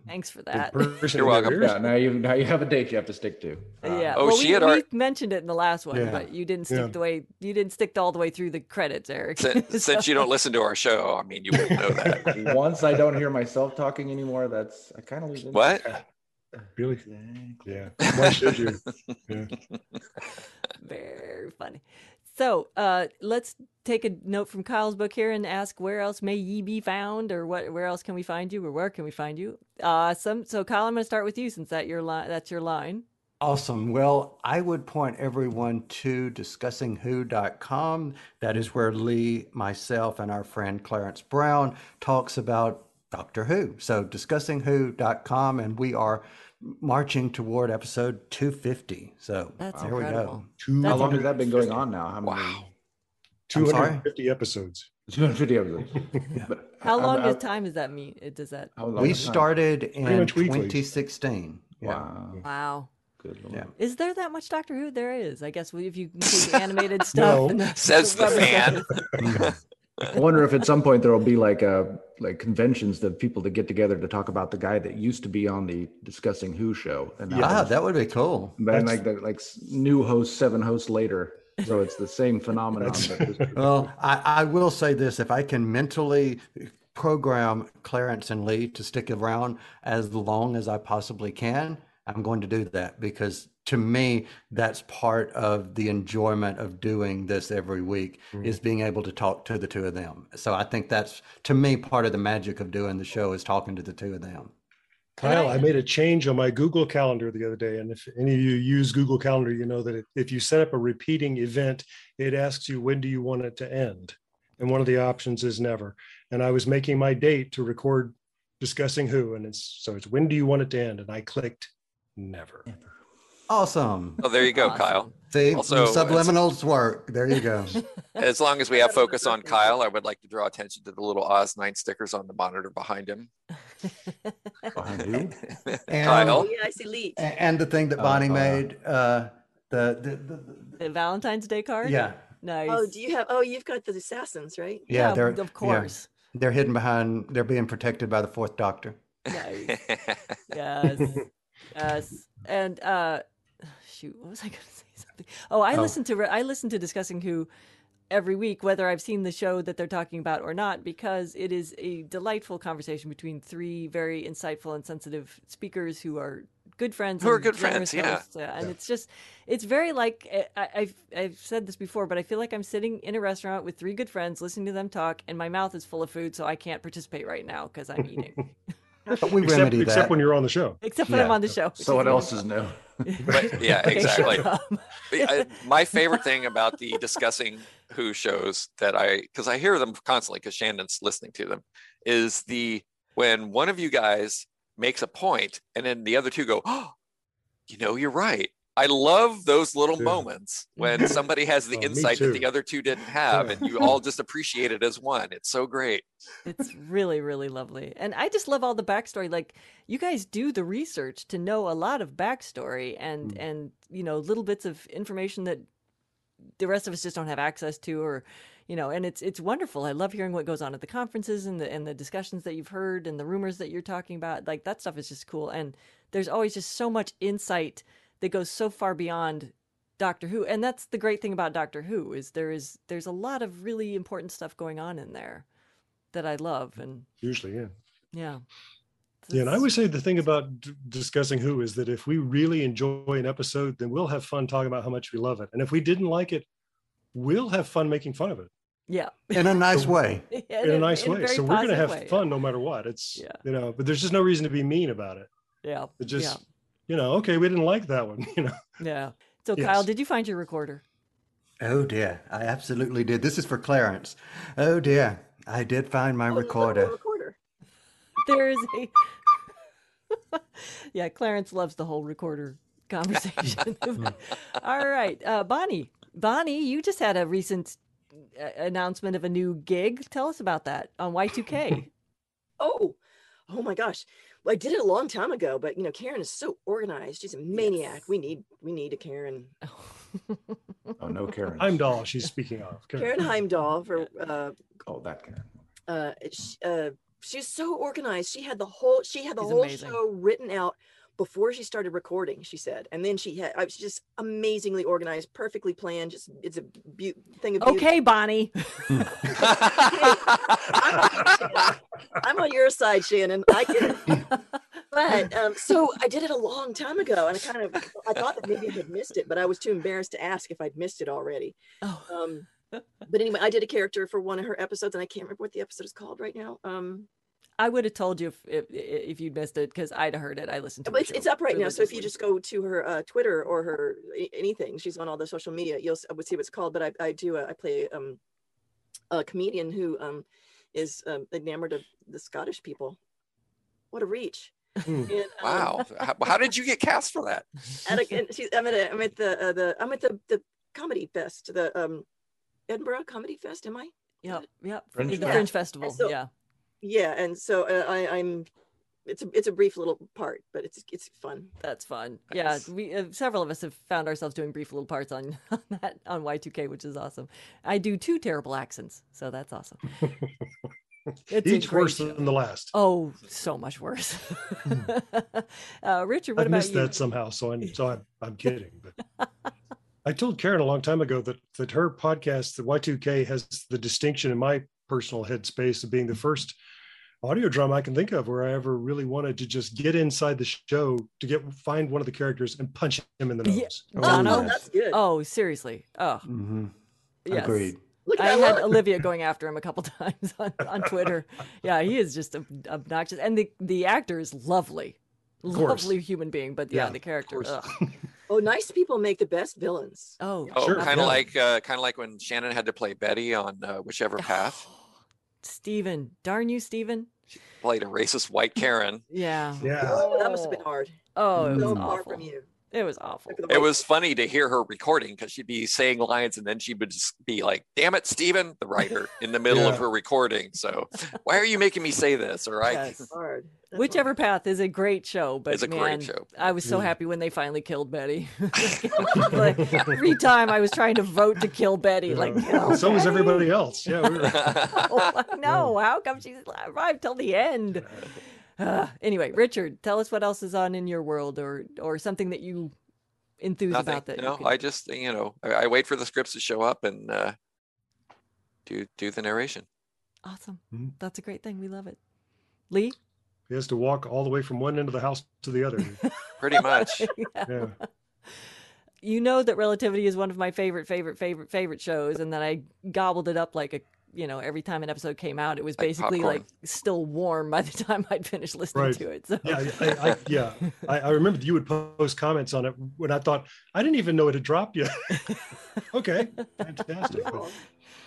Thanks for that. (laughs)
You're welcome.
Yeah, now you now you have a date you have to stick to.
yeah.
oh,
well,
she
we,
had
we
already-
mentioned it in the last one,
uh, Yeah.
but you didn't stick
Yeah.
the way you didn't stick all the way through the credits, Eric. (laughs)
Since, since you don't listen to our show, I mean, you wouldn't know that.
Once I don't hear myself talking anymore, that's I kind of lose.
What?
Really? Yeah. Why should you? Yeah.
Very funny. So uh, let's take a note from Kyle's book here and ask where else may ye be found, or what? Where else can we find you, or where can we find you? Uh, some. So Kyle, I'm going to start with you since that your line. That's your line.
Awesome. Well, I would point everyone to discussingwho.com. That is where Lee, myself, and our friend Clarence Brown talks about Doctor Who. So, discussingwho.com, and we are marching toward episode 250. So,
That's
there
incredible.
we go.
How long has that been going on now? How many? Wow.
I'm sorry?
250 episodes.
250
(laughs)
episodes. But
How
I'm-
long
I'm-
does time does that mean? It does that.
How long
We
is time?
started in
much weekly.
2016. Yeah.
Wow.
Wow.
Good lord.
Yeah.
Is there that much Doctor Who? There is, I guess. If you include the animated stuff,
No.
and the-
Says the
rubber
fan.
I wonder if at some point there will be like a like conventions of people that get together to talk about the guy that used to be on the discussing Who show, and now
Ah, that would be cool.
then like the like s- new host, seven hosts later. So it's the same phenomenon. But just-
Well, I, I will say this if I can mentally program Clarence and Lee to stick around as long as I possibly can, I'm going to do that because to me, that's part of the enjoyment of doing this every week is being able to talk to the two of them. So I think that's to me part of the magic of doing the show is talking to the two of them.
Kyle, Oh, I made a change on my Google Calendar the other day. And if any of you use Google Calendar, you know that it, if you set up a repeating event, it asks you, when do you want it to end? And one of the options is never. And I was making my date to record discussing who. And it's so it's when do you want it to end? And I clicked never.
Awesome.
Oh, there you go, Kyle.
See,
Also, it's-
subliminals work. There you go.
As long as we have focus on Kyle, I would like to draw attention to the little Oz9 stickers on the monitor behind him.
Oh,
(laughs) Kyle.
yeah, I see Lee.
A- and the thing that
Oh,
Bonnie
uh,
oh, yeah.
made, uh, the, the, the
The Valentine's Day card.
Yeah.
Nice.
Oh, do you have? Oh, you've got the assassins, right?
yeah, they're
of
yeah.
course.
they're hidden behind. They're being protected by the Fourth Doctor.
(laughs)
Nice. yes. Yes. And uh shoot, what was I going to say something? Oh, I
Oh.
listen to I listen to discussing who every week whether I've seen the show that they're talking about or not because it is a delightful conversation between three very insightful and sensitive speakers who are good friends
Who are
and
good
generous
friends, yeah.
hosts, uh, and it's just it's very like eh, I, I've I've said this before, but I feel like I'm sitting in a restaurant with three good friends, listening to them talk, and my mouth is full of food, so I can't participate right now
(laughs)
because I'm eating.
But we
except,
remedy
except
that.
when you're on the show.
Except when I'm on the show. which
so
is
what
really
else
fun.
is new?
(laughs)
But yeah,
Okay, shut
exactly.
up.
But I- my favorite
(laughs)
thing about the discussing who shows that I because I hear them constantly because Shannon's listening to them is the when one of you guys makes a point and then the other two go, oh, you know, you're right. I love those little
Yeah.
moments
(laughs)
when somebody has the
Oh, me
insight that
too.
the other two didn't have, and
(laughs)
you all just appreciate it as one. It's so great.
It's really, really lovely. And I just love all the backstory. Like you guys do the research to know a lot of backstory and and you know, little bits of information that the rest of us just don't have access to or you know, and it's it's wonderful. I love hearing what goes on at the conferences and the and the discussions that you've heard and the rumors that you're talking about. Like that stuff is just cool. And there's always just so much insight that goes so far beyond Doctor Who. And that's the great thing about Doctor Who is there is there's a lot of really important stuff going on in there that I love. And
Usually, yeah.
yeah.
Yeah, and I would say the thing about d- discussing who is that if we really enjoy an episode, then we'll have fun talking about how much we love it. And if we didn't like it, we'll have fun making fun of it
Yeah.
in a nice
(laughs)
way.
In,
in a nice
in
way.
very
so we're going to
positive
have
way.
fun no matter what. It's,
Yeah.
you know, but there's just no reason to be mean about it.
Yeah.
It just, you know, okay, we didn't like that one, (laughs) you know.
yeah. yeah. So
Yes.
Kyle, did you find your recorder?
Oh dear, I absolutely
Oh,
did. This is for Clarence. Oh dear, I did find my recorder.
Recorder.
there is a. (laughs) yeah, Clarence loves the whole recorder
(laughs)
conversation. (laughs) All right, uh, Bonnie. Bonnie, you just had a recent uh, announcement of a new gig. Tell us about that on Y2K.
Oh, oh my gosh. Well, I did it a long time ago, but you know, Karen is so organized. She's a maniac. We need we need a Karen.
Oh no, Karen.
Heimdall, she's speaking of.
Karen Heimdall for uh
Oh, that Karen.
uh, sh uh she's so organized. She had the whole she had the
She's
whole
amazing.
show written out before she started recording. She said, and then she had I was just amazingly organized, perfectly planned. Just it's a beau thing of beauty.
Okay,
(laughs)
Bonnie.
I'm on your side, Shannon. I get it. But um, so I did it a long time ago, and I kind of I thought that maybe I had missed it, but I was too embarrassed to ask if I'd missed it already.
Oh.
Um, but anyway, I did a character for one of her episodes, and I can't remember what the episode is called right now. Um,
I would have told you if if, if you'd missed it because I'd have heard it. I listened to
but
it.
it's, it's up right now, so if you just go to her uh, Twitter or her a- anything, she's on all the social media. You'll s- would see what it's called. But I, I do uh, I play um, a comedian who um, is um, enamored of the Scottish people. What a reach!
Hmm.
And, um,
Wow. how, how did you get cast for that?
and, I- and she's, I'm at a, I'm at the uh, the I'm at the the comedy fest, (laughs) the um, Edinburgh Comedy Fest. Am I?
(laughs) Yep, yep.
Fringe
the
Fest.
Fringe
Yeah.
Festival.
And so-
yeah.
Yeah, and so uh, I, I'm. It's a it's a brief little part, but it's it's fun.
That's fun. Yeah, we uh, several of us have found ourselves doing brief little parts on, (laughs) on that on Y2K, which is awesome. I do two terrible accents, so that's awesome.
(laughs)
It's a
Each
great
worse
show.
than the last. Hmm.
Oh, so much worse. (laughs) uh, Richard, what
I've
about
missed
you?
that somehow, so I'm so I'm, I'm kidding. But I told Karen a long time ago that that her podcast, the Y2K, has the distinction in my personal headspace of being the first audio drama I can think of where I ever really wanted to just get inside the show to get find one of the characters and punch him in the
Yeah.
nose.
Dono?
that's good.
Oh, seriously. Oh, yes.
Agreed.
Look at
I
that
had
look.
Olivia going after him a couple times on, on Twitter. yeah, he is just ob- obnoxious, and the the actor is lovely,
Of course.
lovely human being. But yeah,
Yeah,
the
of
character.
course.
ugh.
Oh, nice people make the best villains.
Oh,
Oh, kind of like uh, kind of like when Shannon had to play Betty on uh, whichever path.
Steven. Darn you, Steven.
Played a racist white Karen.
Yeah.
Yeah.
Oh, that must have been hard.
Oh, it was
so
awful.
far from you.
It was awful.
It was funny to hear her recording because she'd be saying lines and then she would just be like, "Damn it, Steven, the writer," in the middle of
Yeah.
her recording. So, why are you making me say this? Or uh, I
Yes.
Hard.
Whichever Path is a great show, but
It's a
man,
great show.
I was
Mm.
so
Yeah.
happy when they finally killed
(laughs)
Betty. (laughs) like, every time I was trying to vote to kill Betty, like
Yeah. so was everybody else. Yeah, we
(laughs)
were,
no, no, how come she's arrived till the end? Ugh. anyway, Richard, tell us what else is on in your world, or or something that you enthuse
nothing.
about that. you
No,
could-
I just you know I, I wait for the scripts to show up and uh, do do the narration.
Awesome,
Mm.
that's a great thing. We love it. Lee,
he has to walk all the way from one end of the house to the other.
Pretty much.
Yeah.
you know that relativity is one of my favorite favorite favorite favorite shows and then i gobbled it up like a you know every time an episode came out it was
Like
basically
popcorn.
like still warm by the (laughs) time i'd finished listening
Right.
to it so
Yeah, I, I, I, yeah. I, I remember that you would post comments on it when I thought I didn't even know it had dropped yet. okay, fantastic. But-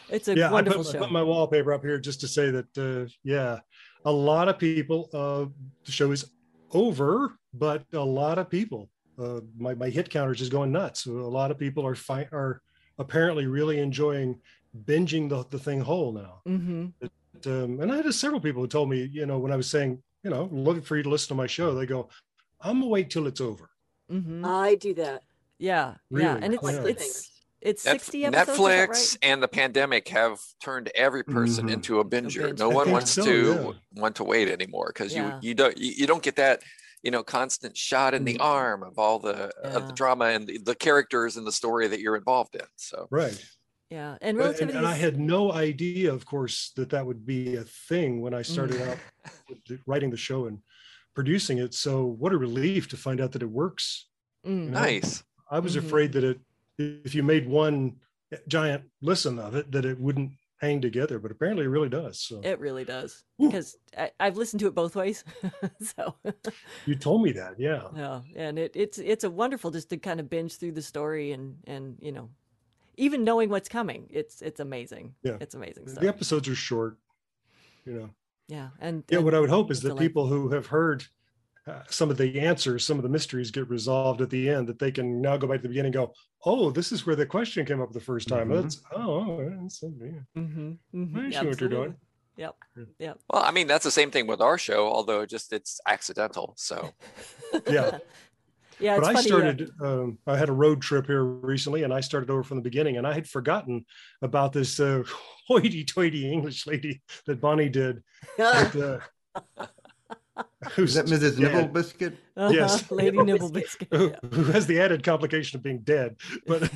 it's a
yeah, I
wonderful
put, I
show
put my wallpaper up here just to say that. Uh, yeah, a lot of people. Uh, the show is over, but a lot of people. Uh, my my hit counter is just going nuts. So a lot of people are fi- are apparently really enjoying binging the the thing whole now.
mm-hmm.
But, um, and I had several people who told me, you know, when I was saying, you know, looking for you to listen to my show, they go, "I'm gonna wait till it's over."
Mm-hmm.
I do that.
yeah yeah
Really?
and it's
Like
it's it's
Netf-
60 episodes is that
Netflix
right?
and the pandemic have turned every person
Mhm.
into a binger.
binger. (laughs)
No
I
one
think
wants
so,
to want to wait anymore because
Yeah.
you you don't you, you don't get that you know constant shot in the
Mm-hmm.
arm of all the of
Yeah.
the drama and the, the characters and the story that you're involved in. So
Right.
yeah and
But- and,
relativity
and I
is-
had no idea, of course, that that would be a thing
Mm.
when I started
(laughs)
out with the- writing the show and producing it. So what a relief to find out that it works.
Mm.
you know?
nice.
I was
Mhm.
afraid that it, if you made one giant listen of it, that it wouldn't hang together, but apparently it really does. So
it really does because I, I've listened to it both ways, (laughs) so
you told me that, yeah.
Yeah, and it, it's it's a wonderful just to kind of binge through the story and and you know, even knowing what's coming, it's it's amazing.
Yeah.
it's amazing stuff.
The episodes are short, you know.
Yeah, and
Yeah,
and
what I would hope is
it's
that people
delightful.
who have heard uh, some of the answers, some of the mysteries get resolved at the end, that they can now go back to the beginning and go, oh, this is where the question came up the first time.
Mhm.
That's, oh, all right, that's, yeah.
Mm-hmm.
I see what you're doing.
Yep. Yep.
Well, I mean, that's the same thing with our show, although just it's accidental. So
Yeah.
(laughs) Yeah.
but
it's
I
funny, uh,
started, um, I had a road trip here recently and I started over from the beginning and I had forgotten about this uh, (laughs) hoity toity English lady that Bonnie did. that, uh,
(laughs)
Is that Mrs.
dead.
Nibble Biscuit?
Yes. (laughs)
Uh-huh, (laughs) Lady Nibble Biscuit.
Who, who has the added complication of being dead, but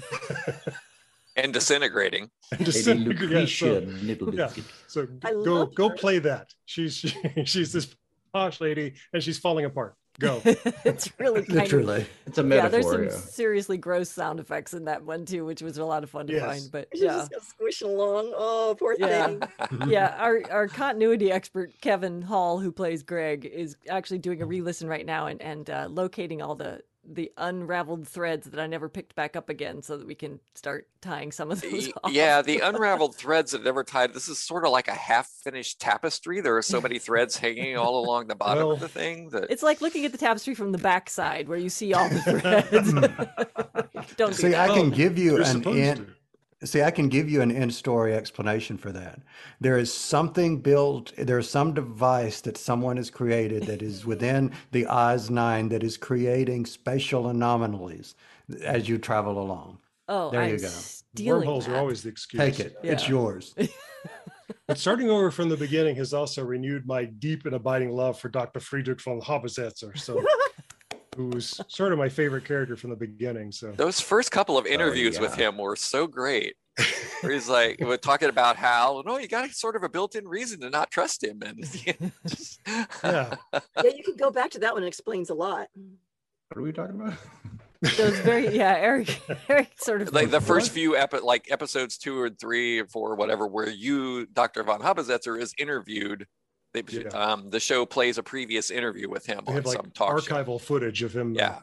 and disintegrating.
and disintegrate- yeah, so- yeah,
(laughs)
So
I
go
love
go
her.
play that. She's (laughs) she's this posh lady and she's falling apart. Go.
(laughs) it's
(laughs)
really kind Of,
It's a
yeah, there's some
metaphor. yeah.
(laughs) seriously gross sound effects in that one too, which was a lot of fun to
Yes.
find. But
She's
yeah,
just got squished along. Oh, poor
yeah,
thing.
yeah. Our our continuity expert Kevin Hall, who plays Greg, is actually doing a re-listen right now and and uh, locating all the the unraveled threads that I never picked back up again, so that we can start tying some of those.
Y-
off.
Yeah, the unraveled threads that never tied. This is sort of like a half finished tapestry. There are so many threads hanging all along the bottom
Well-
of the thing that
It's like looking at the tapestry from the backside where you see (laughs) all
(laughs)
the threads. Don't do
See, I
that.
Oh,
can give you
You're
an
supposed
in. See, I can give you an in-story explanation for that. There is something built. There is some device that someone has created that is within the Oz Nine that is creating spatial anomalies as you travel along.
Oh,
there
I'm
you go.
stealing
Wormholes are that. always the excuse.
Take it. It's
Yeah.
yours.
But starting over from the beginning has also renewed my deep and abiding love for Dr. Friedrich von Habersetzer,
(laughs)
so who was sort of my favorite character from the beginning. So
those first couple
Oh,
of interviews with him were so
(laughs)
great. Where he's like, we're talking about how, no, you got sort of a built in reason to not trust him. And
yeah.
yeah, you can go back to that one. It explains a lot.
What are we talking about?
Those very yeah, Eric. Eric sort of
like the first few epi- like episodes two or three or four whatever where you dr von habesetzer is interviewed they, um, the show plays a previous interview with him
they
on
have like
some talk show,
archival footage of him. Yeah.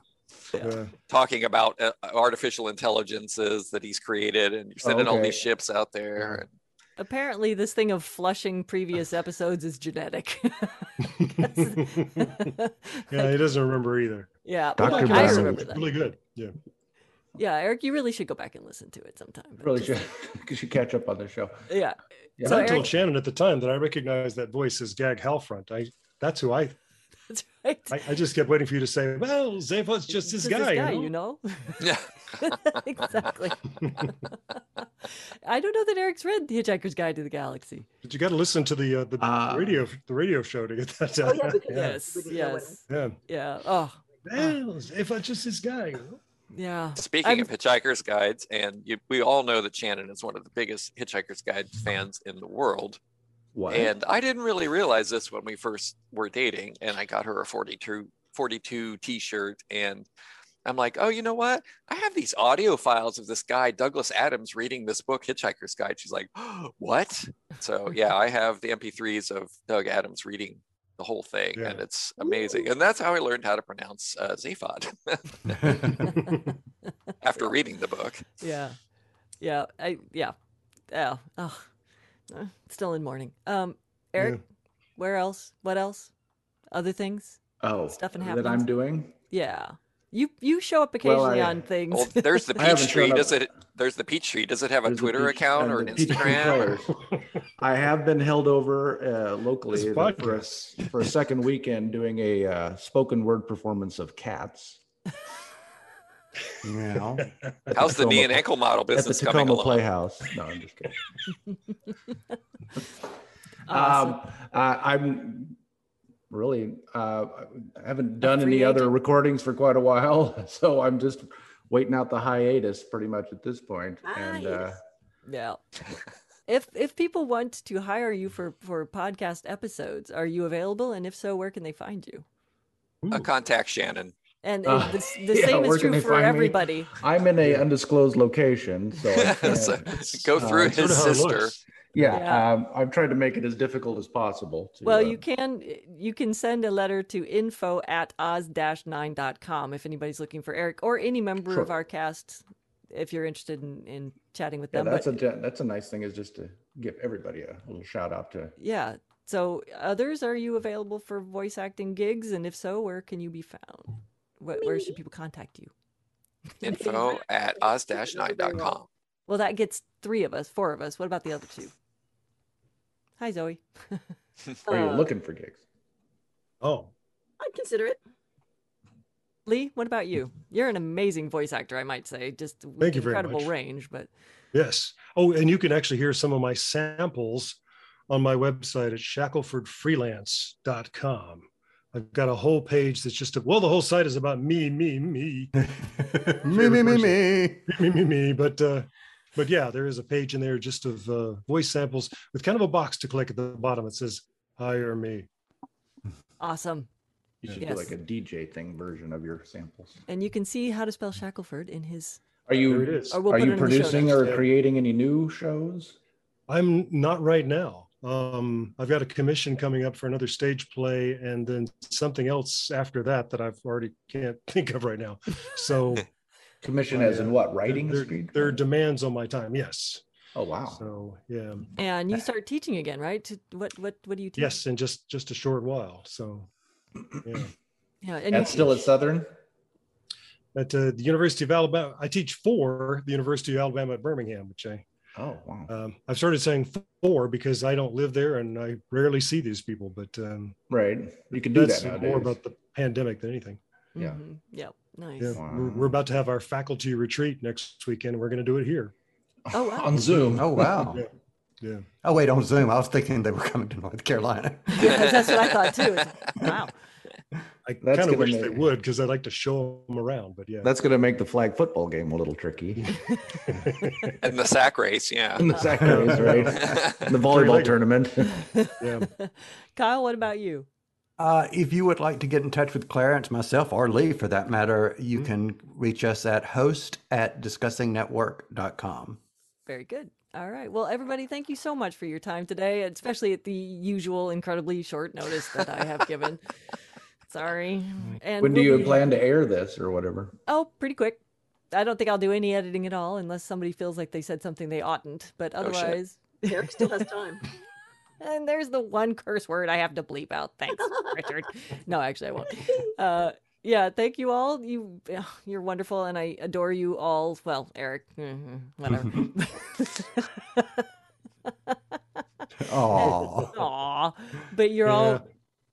Uh,
talking about uh, artificial intelligences that he's created and you're
Oh,
sending all
okay.
these ships out there and
Apparently, this thing of flushing previous episodes is genetic. (laughs)
yeah, he doesn't remember either.
Yeah,
Well,
Dr.
like,
Brown.
it's
I remember that.
Really good. Yeah.
yeah, Eric, you really should go back and listen to it sometime. but
Really
just-
should, (laughs) you should catch up on the show.
Yeah.
Yeah.
So
I told
Eric, (laughs)
Shannon at the time that I recognized that voice as Gag Halfront. I that's who I
that's right.
I, I just kept waiting for you to say, well, Zavo's just
This
this
is
guy. you know?
you know.
(laughs)
(laughs)
Yeah.
exactly. (laughs) I don't know that Eric's read The Hitchhiker's Guide to the Galaxy.
But you got to listen to the uh, the radio the radio show to get that.
Oh, yeah,
down.
because Yes, you wouldn't know what yes.
Yeah.
Yeah. Oh.
Well, if I just this guy. you know?
Yeah.
Speaking of Hitchhiker's Guides, and you, we all know that Shannon is one of the biggest Hitchhiker's Guide
Mm-hmm.
fans in the world.
What?
And I didn't really realize this when we first were dating, and I got her a 42, 42 t-shirt, and I'm like, oh, you know what? I have these audio files of this guy, Douglas Adams, reading this book, Hitchhiker's Guide. She's like, (gasps) what? So yeah, I have the MP3s of Doug Adams reading the whole thing, and it's amazing. And that's how I learned how to pronounce uh, Zaphod after reading the book.
Yeah. Yeah. I yeah. Oh. oh. Uh, Still in mourning. Um Eric, where else? What else? Other things?
Oh,
Stuff and
that
happenings?
I'm doing.
Yeah. You you show up occasionally
I-
on things.
Well, there's
(laughs)
the
I haven't
peach tree.
shown up-
Does it? There's the peach tree. Does it have a
There's the
Twitter
Peach-
account
and
or an
the Peach Tree (laughs)
Instagram?
Pillars. I have been held over uh, locally
This
for a, for a second weekend doing a uh, spoken word performance of Cats.
Yeah.
How's the knee and ankle model business
at the
coming
Tacoma
along?
Playhouse? No, I'm just kidding.
Awesome.
Um, uh, I'm really uh, I haven't done
free
any other recordings for quite a while, so I'm just waiting out the hiatus pretty much at this point. And uh, (laughs)
Yeah. If if people want to hire you for for podcast episodes, are you available? And if so, where can they (laughs) find you?
A Uh,
(laughs)
contact Shannon.
And
Uh,
and the, s-
(laughs)
the
yeah,
same
where
is
can they
true for
find me?
everybody.
I'm in a undisclosed location, (laughs) so I can't,
(laughs) So, go
Uh,
through
it's sort
his
of how it
sister.
looks. Yeah,
Yeah.
Um, I've tried to make it as difficult as possible. To,
Well,
uh,
you can you can send a letter to info at oz-9.com if anybody's looking for Eric or any member of
Sure.
our cast if you're interested in, in chatting with
yeah,
them.
that's
but
a that's a nice thing is just to give everybody a little shout out to
yeah, So, others, are you available for voice acting gigs? And if so, where can you be found? What, where should people contact you? (laughs)
Info at oz-9.com.
Well, that gets three of us, four of us. What about the other two? Hi, Zoe.
Or
Uh,
you're looking for gigs.
Oh,
I'd consider it.
Lee, what about you? You're an amazing voice actor, I might say. Just
Thank you very
incredible
much.
range, but
Yes. Oh, and you can actually hear some of my samples on my website at shacklefordfreelance.com. I've got a whole page that's just, well, the whole site is about me, me, me.
Me, me, me, me.
me, me, me. But, uh, but yeah, there is a page in there just of uh, voice samples with kind of a box to click at the bottom. It says, hire me.
awesome.
You should
Yes.
do like a DJ thing version of your samples.
And you can see how to spell Shackelford in his.
Are
There it
you
is.
Or we'll
are
put
you
it in the show
producing
notes.
or
Yeah.
creating any new shows?
I'm not right now. Um, I've got a commission coming up for another stage play, and then something else after that that I've already can't think of right now. So,
Commission
I,
as in
uh,
what? Writing a
There, there,
screenplay?
there are demands on my time. Yes.
Oh wow.
So yeah.
And you start teaching again, right? To- What what what do you teach?
Yes, in just just a short while. So, yeah.
Yeah, and
That's
you
still at
teach-
Southern.
At uh, the University of Alabama, I teach for the University of Alabama at Birmingham, which I
Oh wow.
um, I've started saying for because I don't live there and I rarely see these people. But um,
Right. You can do
that's
that
more
nowadays.
about the pandemic than anything.
Yeah.
Mhm. Yep. Nice.
Yeah, we're,
Mm-hmm.
we're about to have our faculty retreat next weekend. We're going to do it here.
Oh wow.
On Zoom.
Oh, wow.
Yeah. yeah.
Oh, wait, on Zoom. I was thinking they were coming to North Carolina.
(laughs) That's what I thought too. It's- Wow.
I
That's
kind of
gonna
wish
make-
they would because I'd like to show them around. But yeah,
That's going to make the flag football game a little tricky.
And the sack race, yeah.
In the sack race,
(laughs)
right? the volleyball
Three-legger.
tournament.
yeah.
Kyle, what about you?
Uh, if you would like to get in touch with Clarence, myself, or Lee for that matter, you
Mm-hmm.
can reach us at host at discussingnetwork.com.
Very good. All right. Well, everybody, thank you so much for your time today, especially at the usual incredibly short notice that I have given. Sorry. And
when do
we'll
you
be-
plan to air this or whatever?
Oh, pretty quick. I don't think I'll do any editing at all unless somebody feels like they said something they oughtn't. But
shit.
otherwise,
Eric still
(laughs)
has time.
and there's the one curse word I have to bleep out.
(laughs)
Thanks, Richard. No, actually, I won't. Uh, yeah, thank you all. You, you're wonderful, and I adore you all. Well, Eric, mhm, whatever.
Oh,
Aw. But you're
Yeah.
all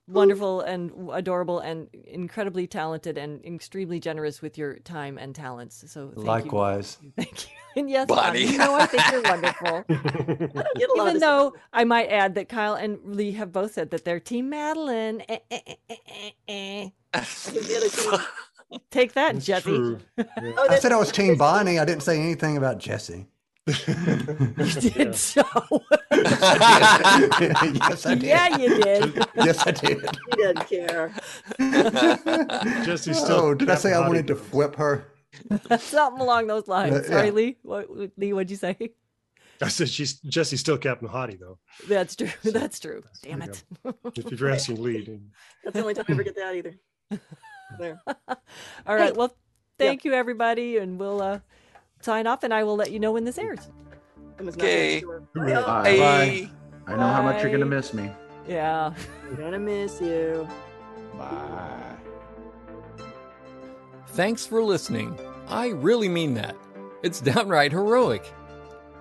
wonderful and w- adorable and incredibly talented and extremely generous with your time and talents. So thank you.
likewise.
(laughs) Thank you. And yes,
Bonnie.
Bonnie, you know I think you're wonderful.
I don't get a lot
Even
of
though I might add that Kyle and Lee have both said that they're Team Madeline. Eh, eh, eh, eh, eh, eh.
(laughs)
Take that, Jesse.
True.
Oh,
I said I was Team Bonnie. I didn't say anything
(laughs)
about Jesse. (laughs)
You did (laughs) so. (laughs)
yes, I did.
yeah, you did.
Yes, I did.
he doesn't care.
Jesse's still.
Oh, did I
got
say I
body
wanted to flip her?
(laughs) Something along those lines.
Yeah.
Sorry, Lee. What, what- Lee, what'd you say?
I said she's Jesse's still Captain Hottie though.
That's true. That's true. Damn
you
it.
If you're asking Lee,
(laughs)
then-
That's the only time I ever get that either. There.
All right. Well, thank you, everybody. And we'll uh, sign off, and I will let you know when this airs.
I was
Okay.
not sure.
Bye.
Hey.
I know how much you're going to
Bye.
miss me.
Yeah.
I'm gonna miss you.
Bye.
Thanks for listening. I really mean that. It's downright heroic.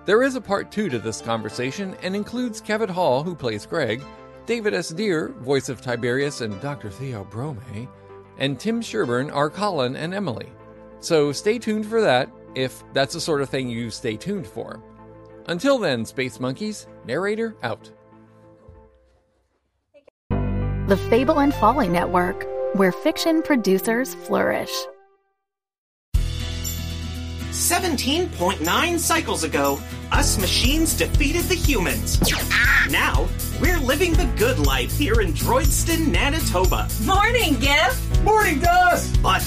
There is a part two to this conversation and includes Kevin Hall, who plays Greg, David S. Deer, voice of Tiberius and Dr. Theo Brome, and Tim Sherburn are Colin and Emily. So stay tuned for that if that's the sort of thing you stay tuned for. Until then, Space Monkeys, narrator out.
The Fable and Folly Network, where fiction producers flourish.
17.9 cycles ago, us machines defeated the humans. Now, we're living the good life here in Droidston, Manitoba.
Morning, Gif!
Morning, Dust! But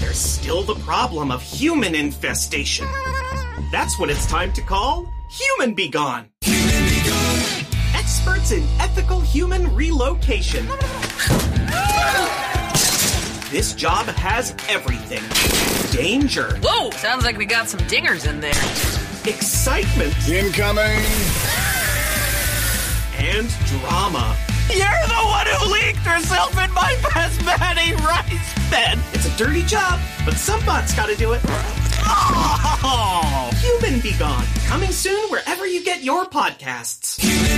there's still the problem of human infestation. That's what it's time to call Human Begone. Experts in ethical human relocation. This job has everything danger,
Whoa, sounds like we got some dingers in there.
excitement,
Incoming!
and drama.
You're the one who leaked herself in my basmati rice bed.
It's a dirty job, but somebody's got to do it. Oh, Human Be Gone, coming soon wherever you get your podcasts.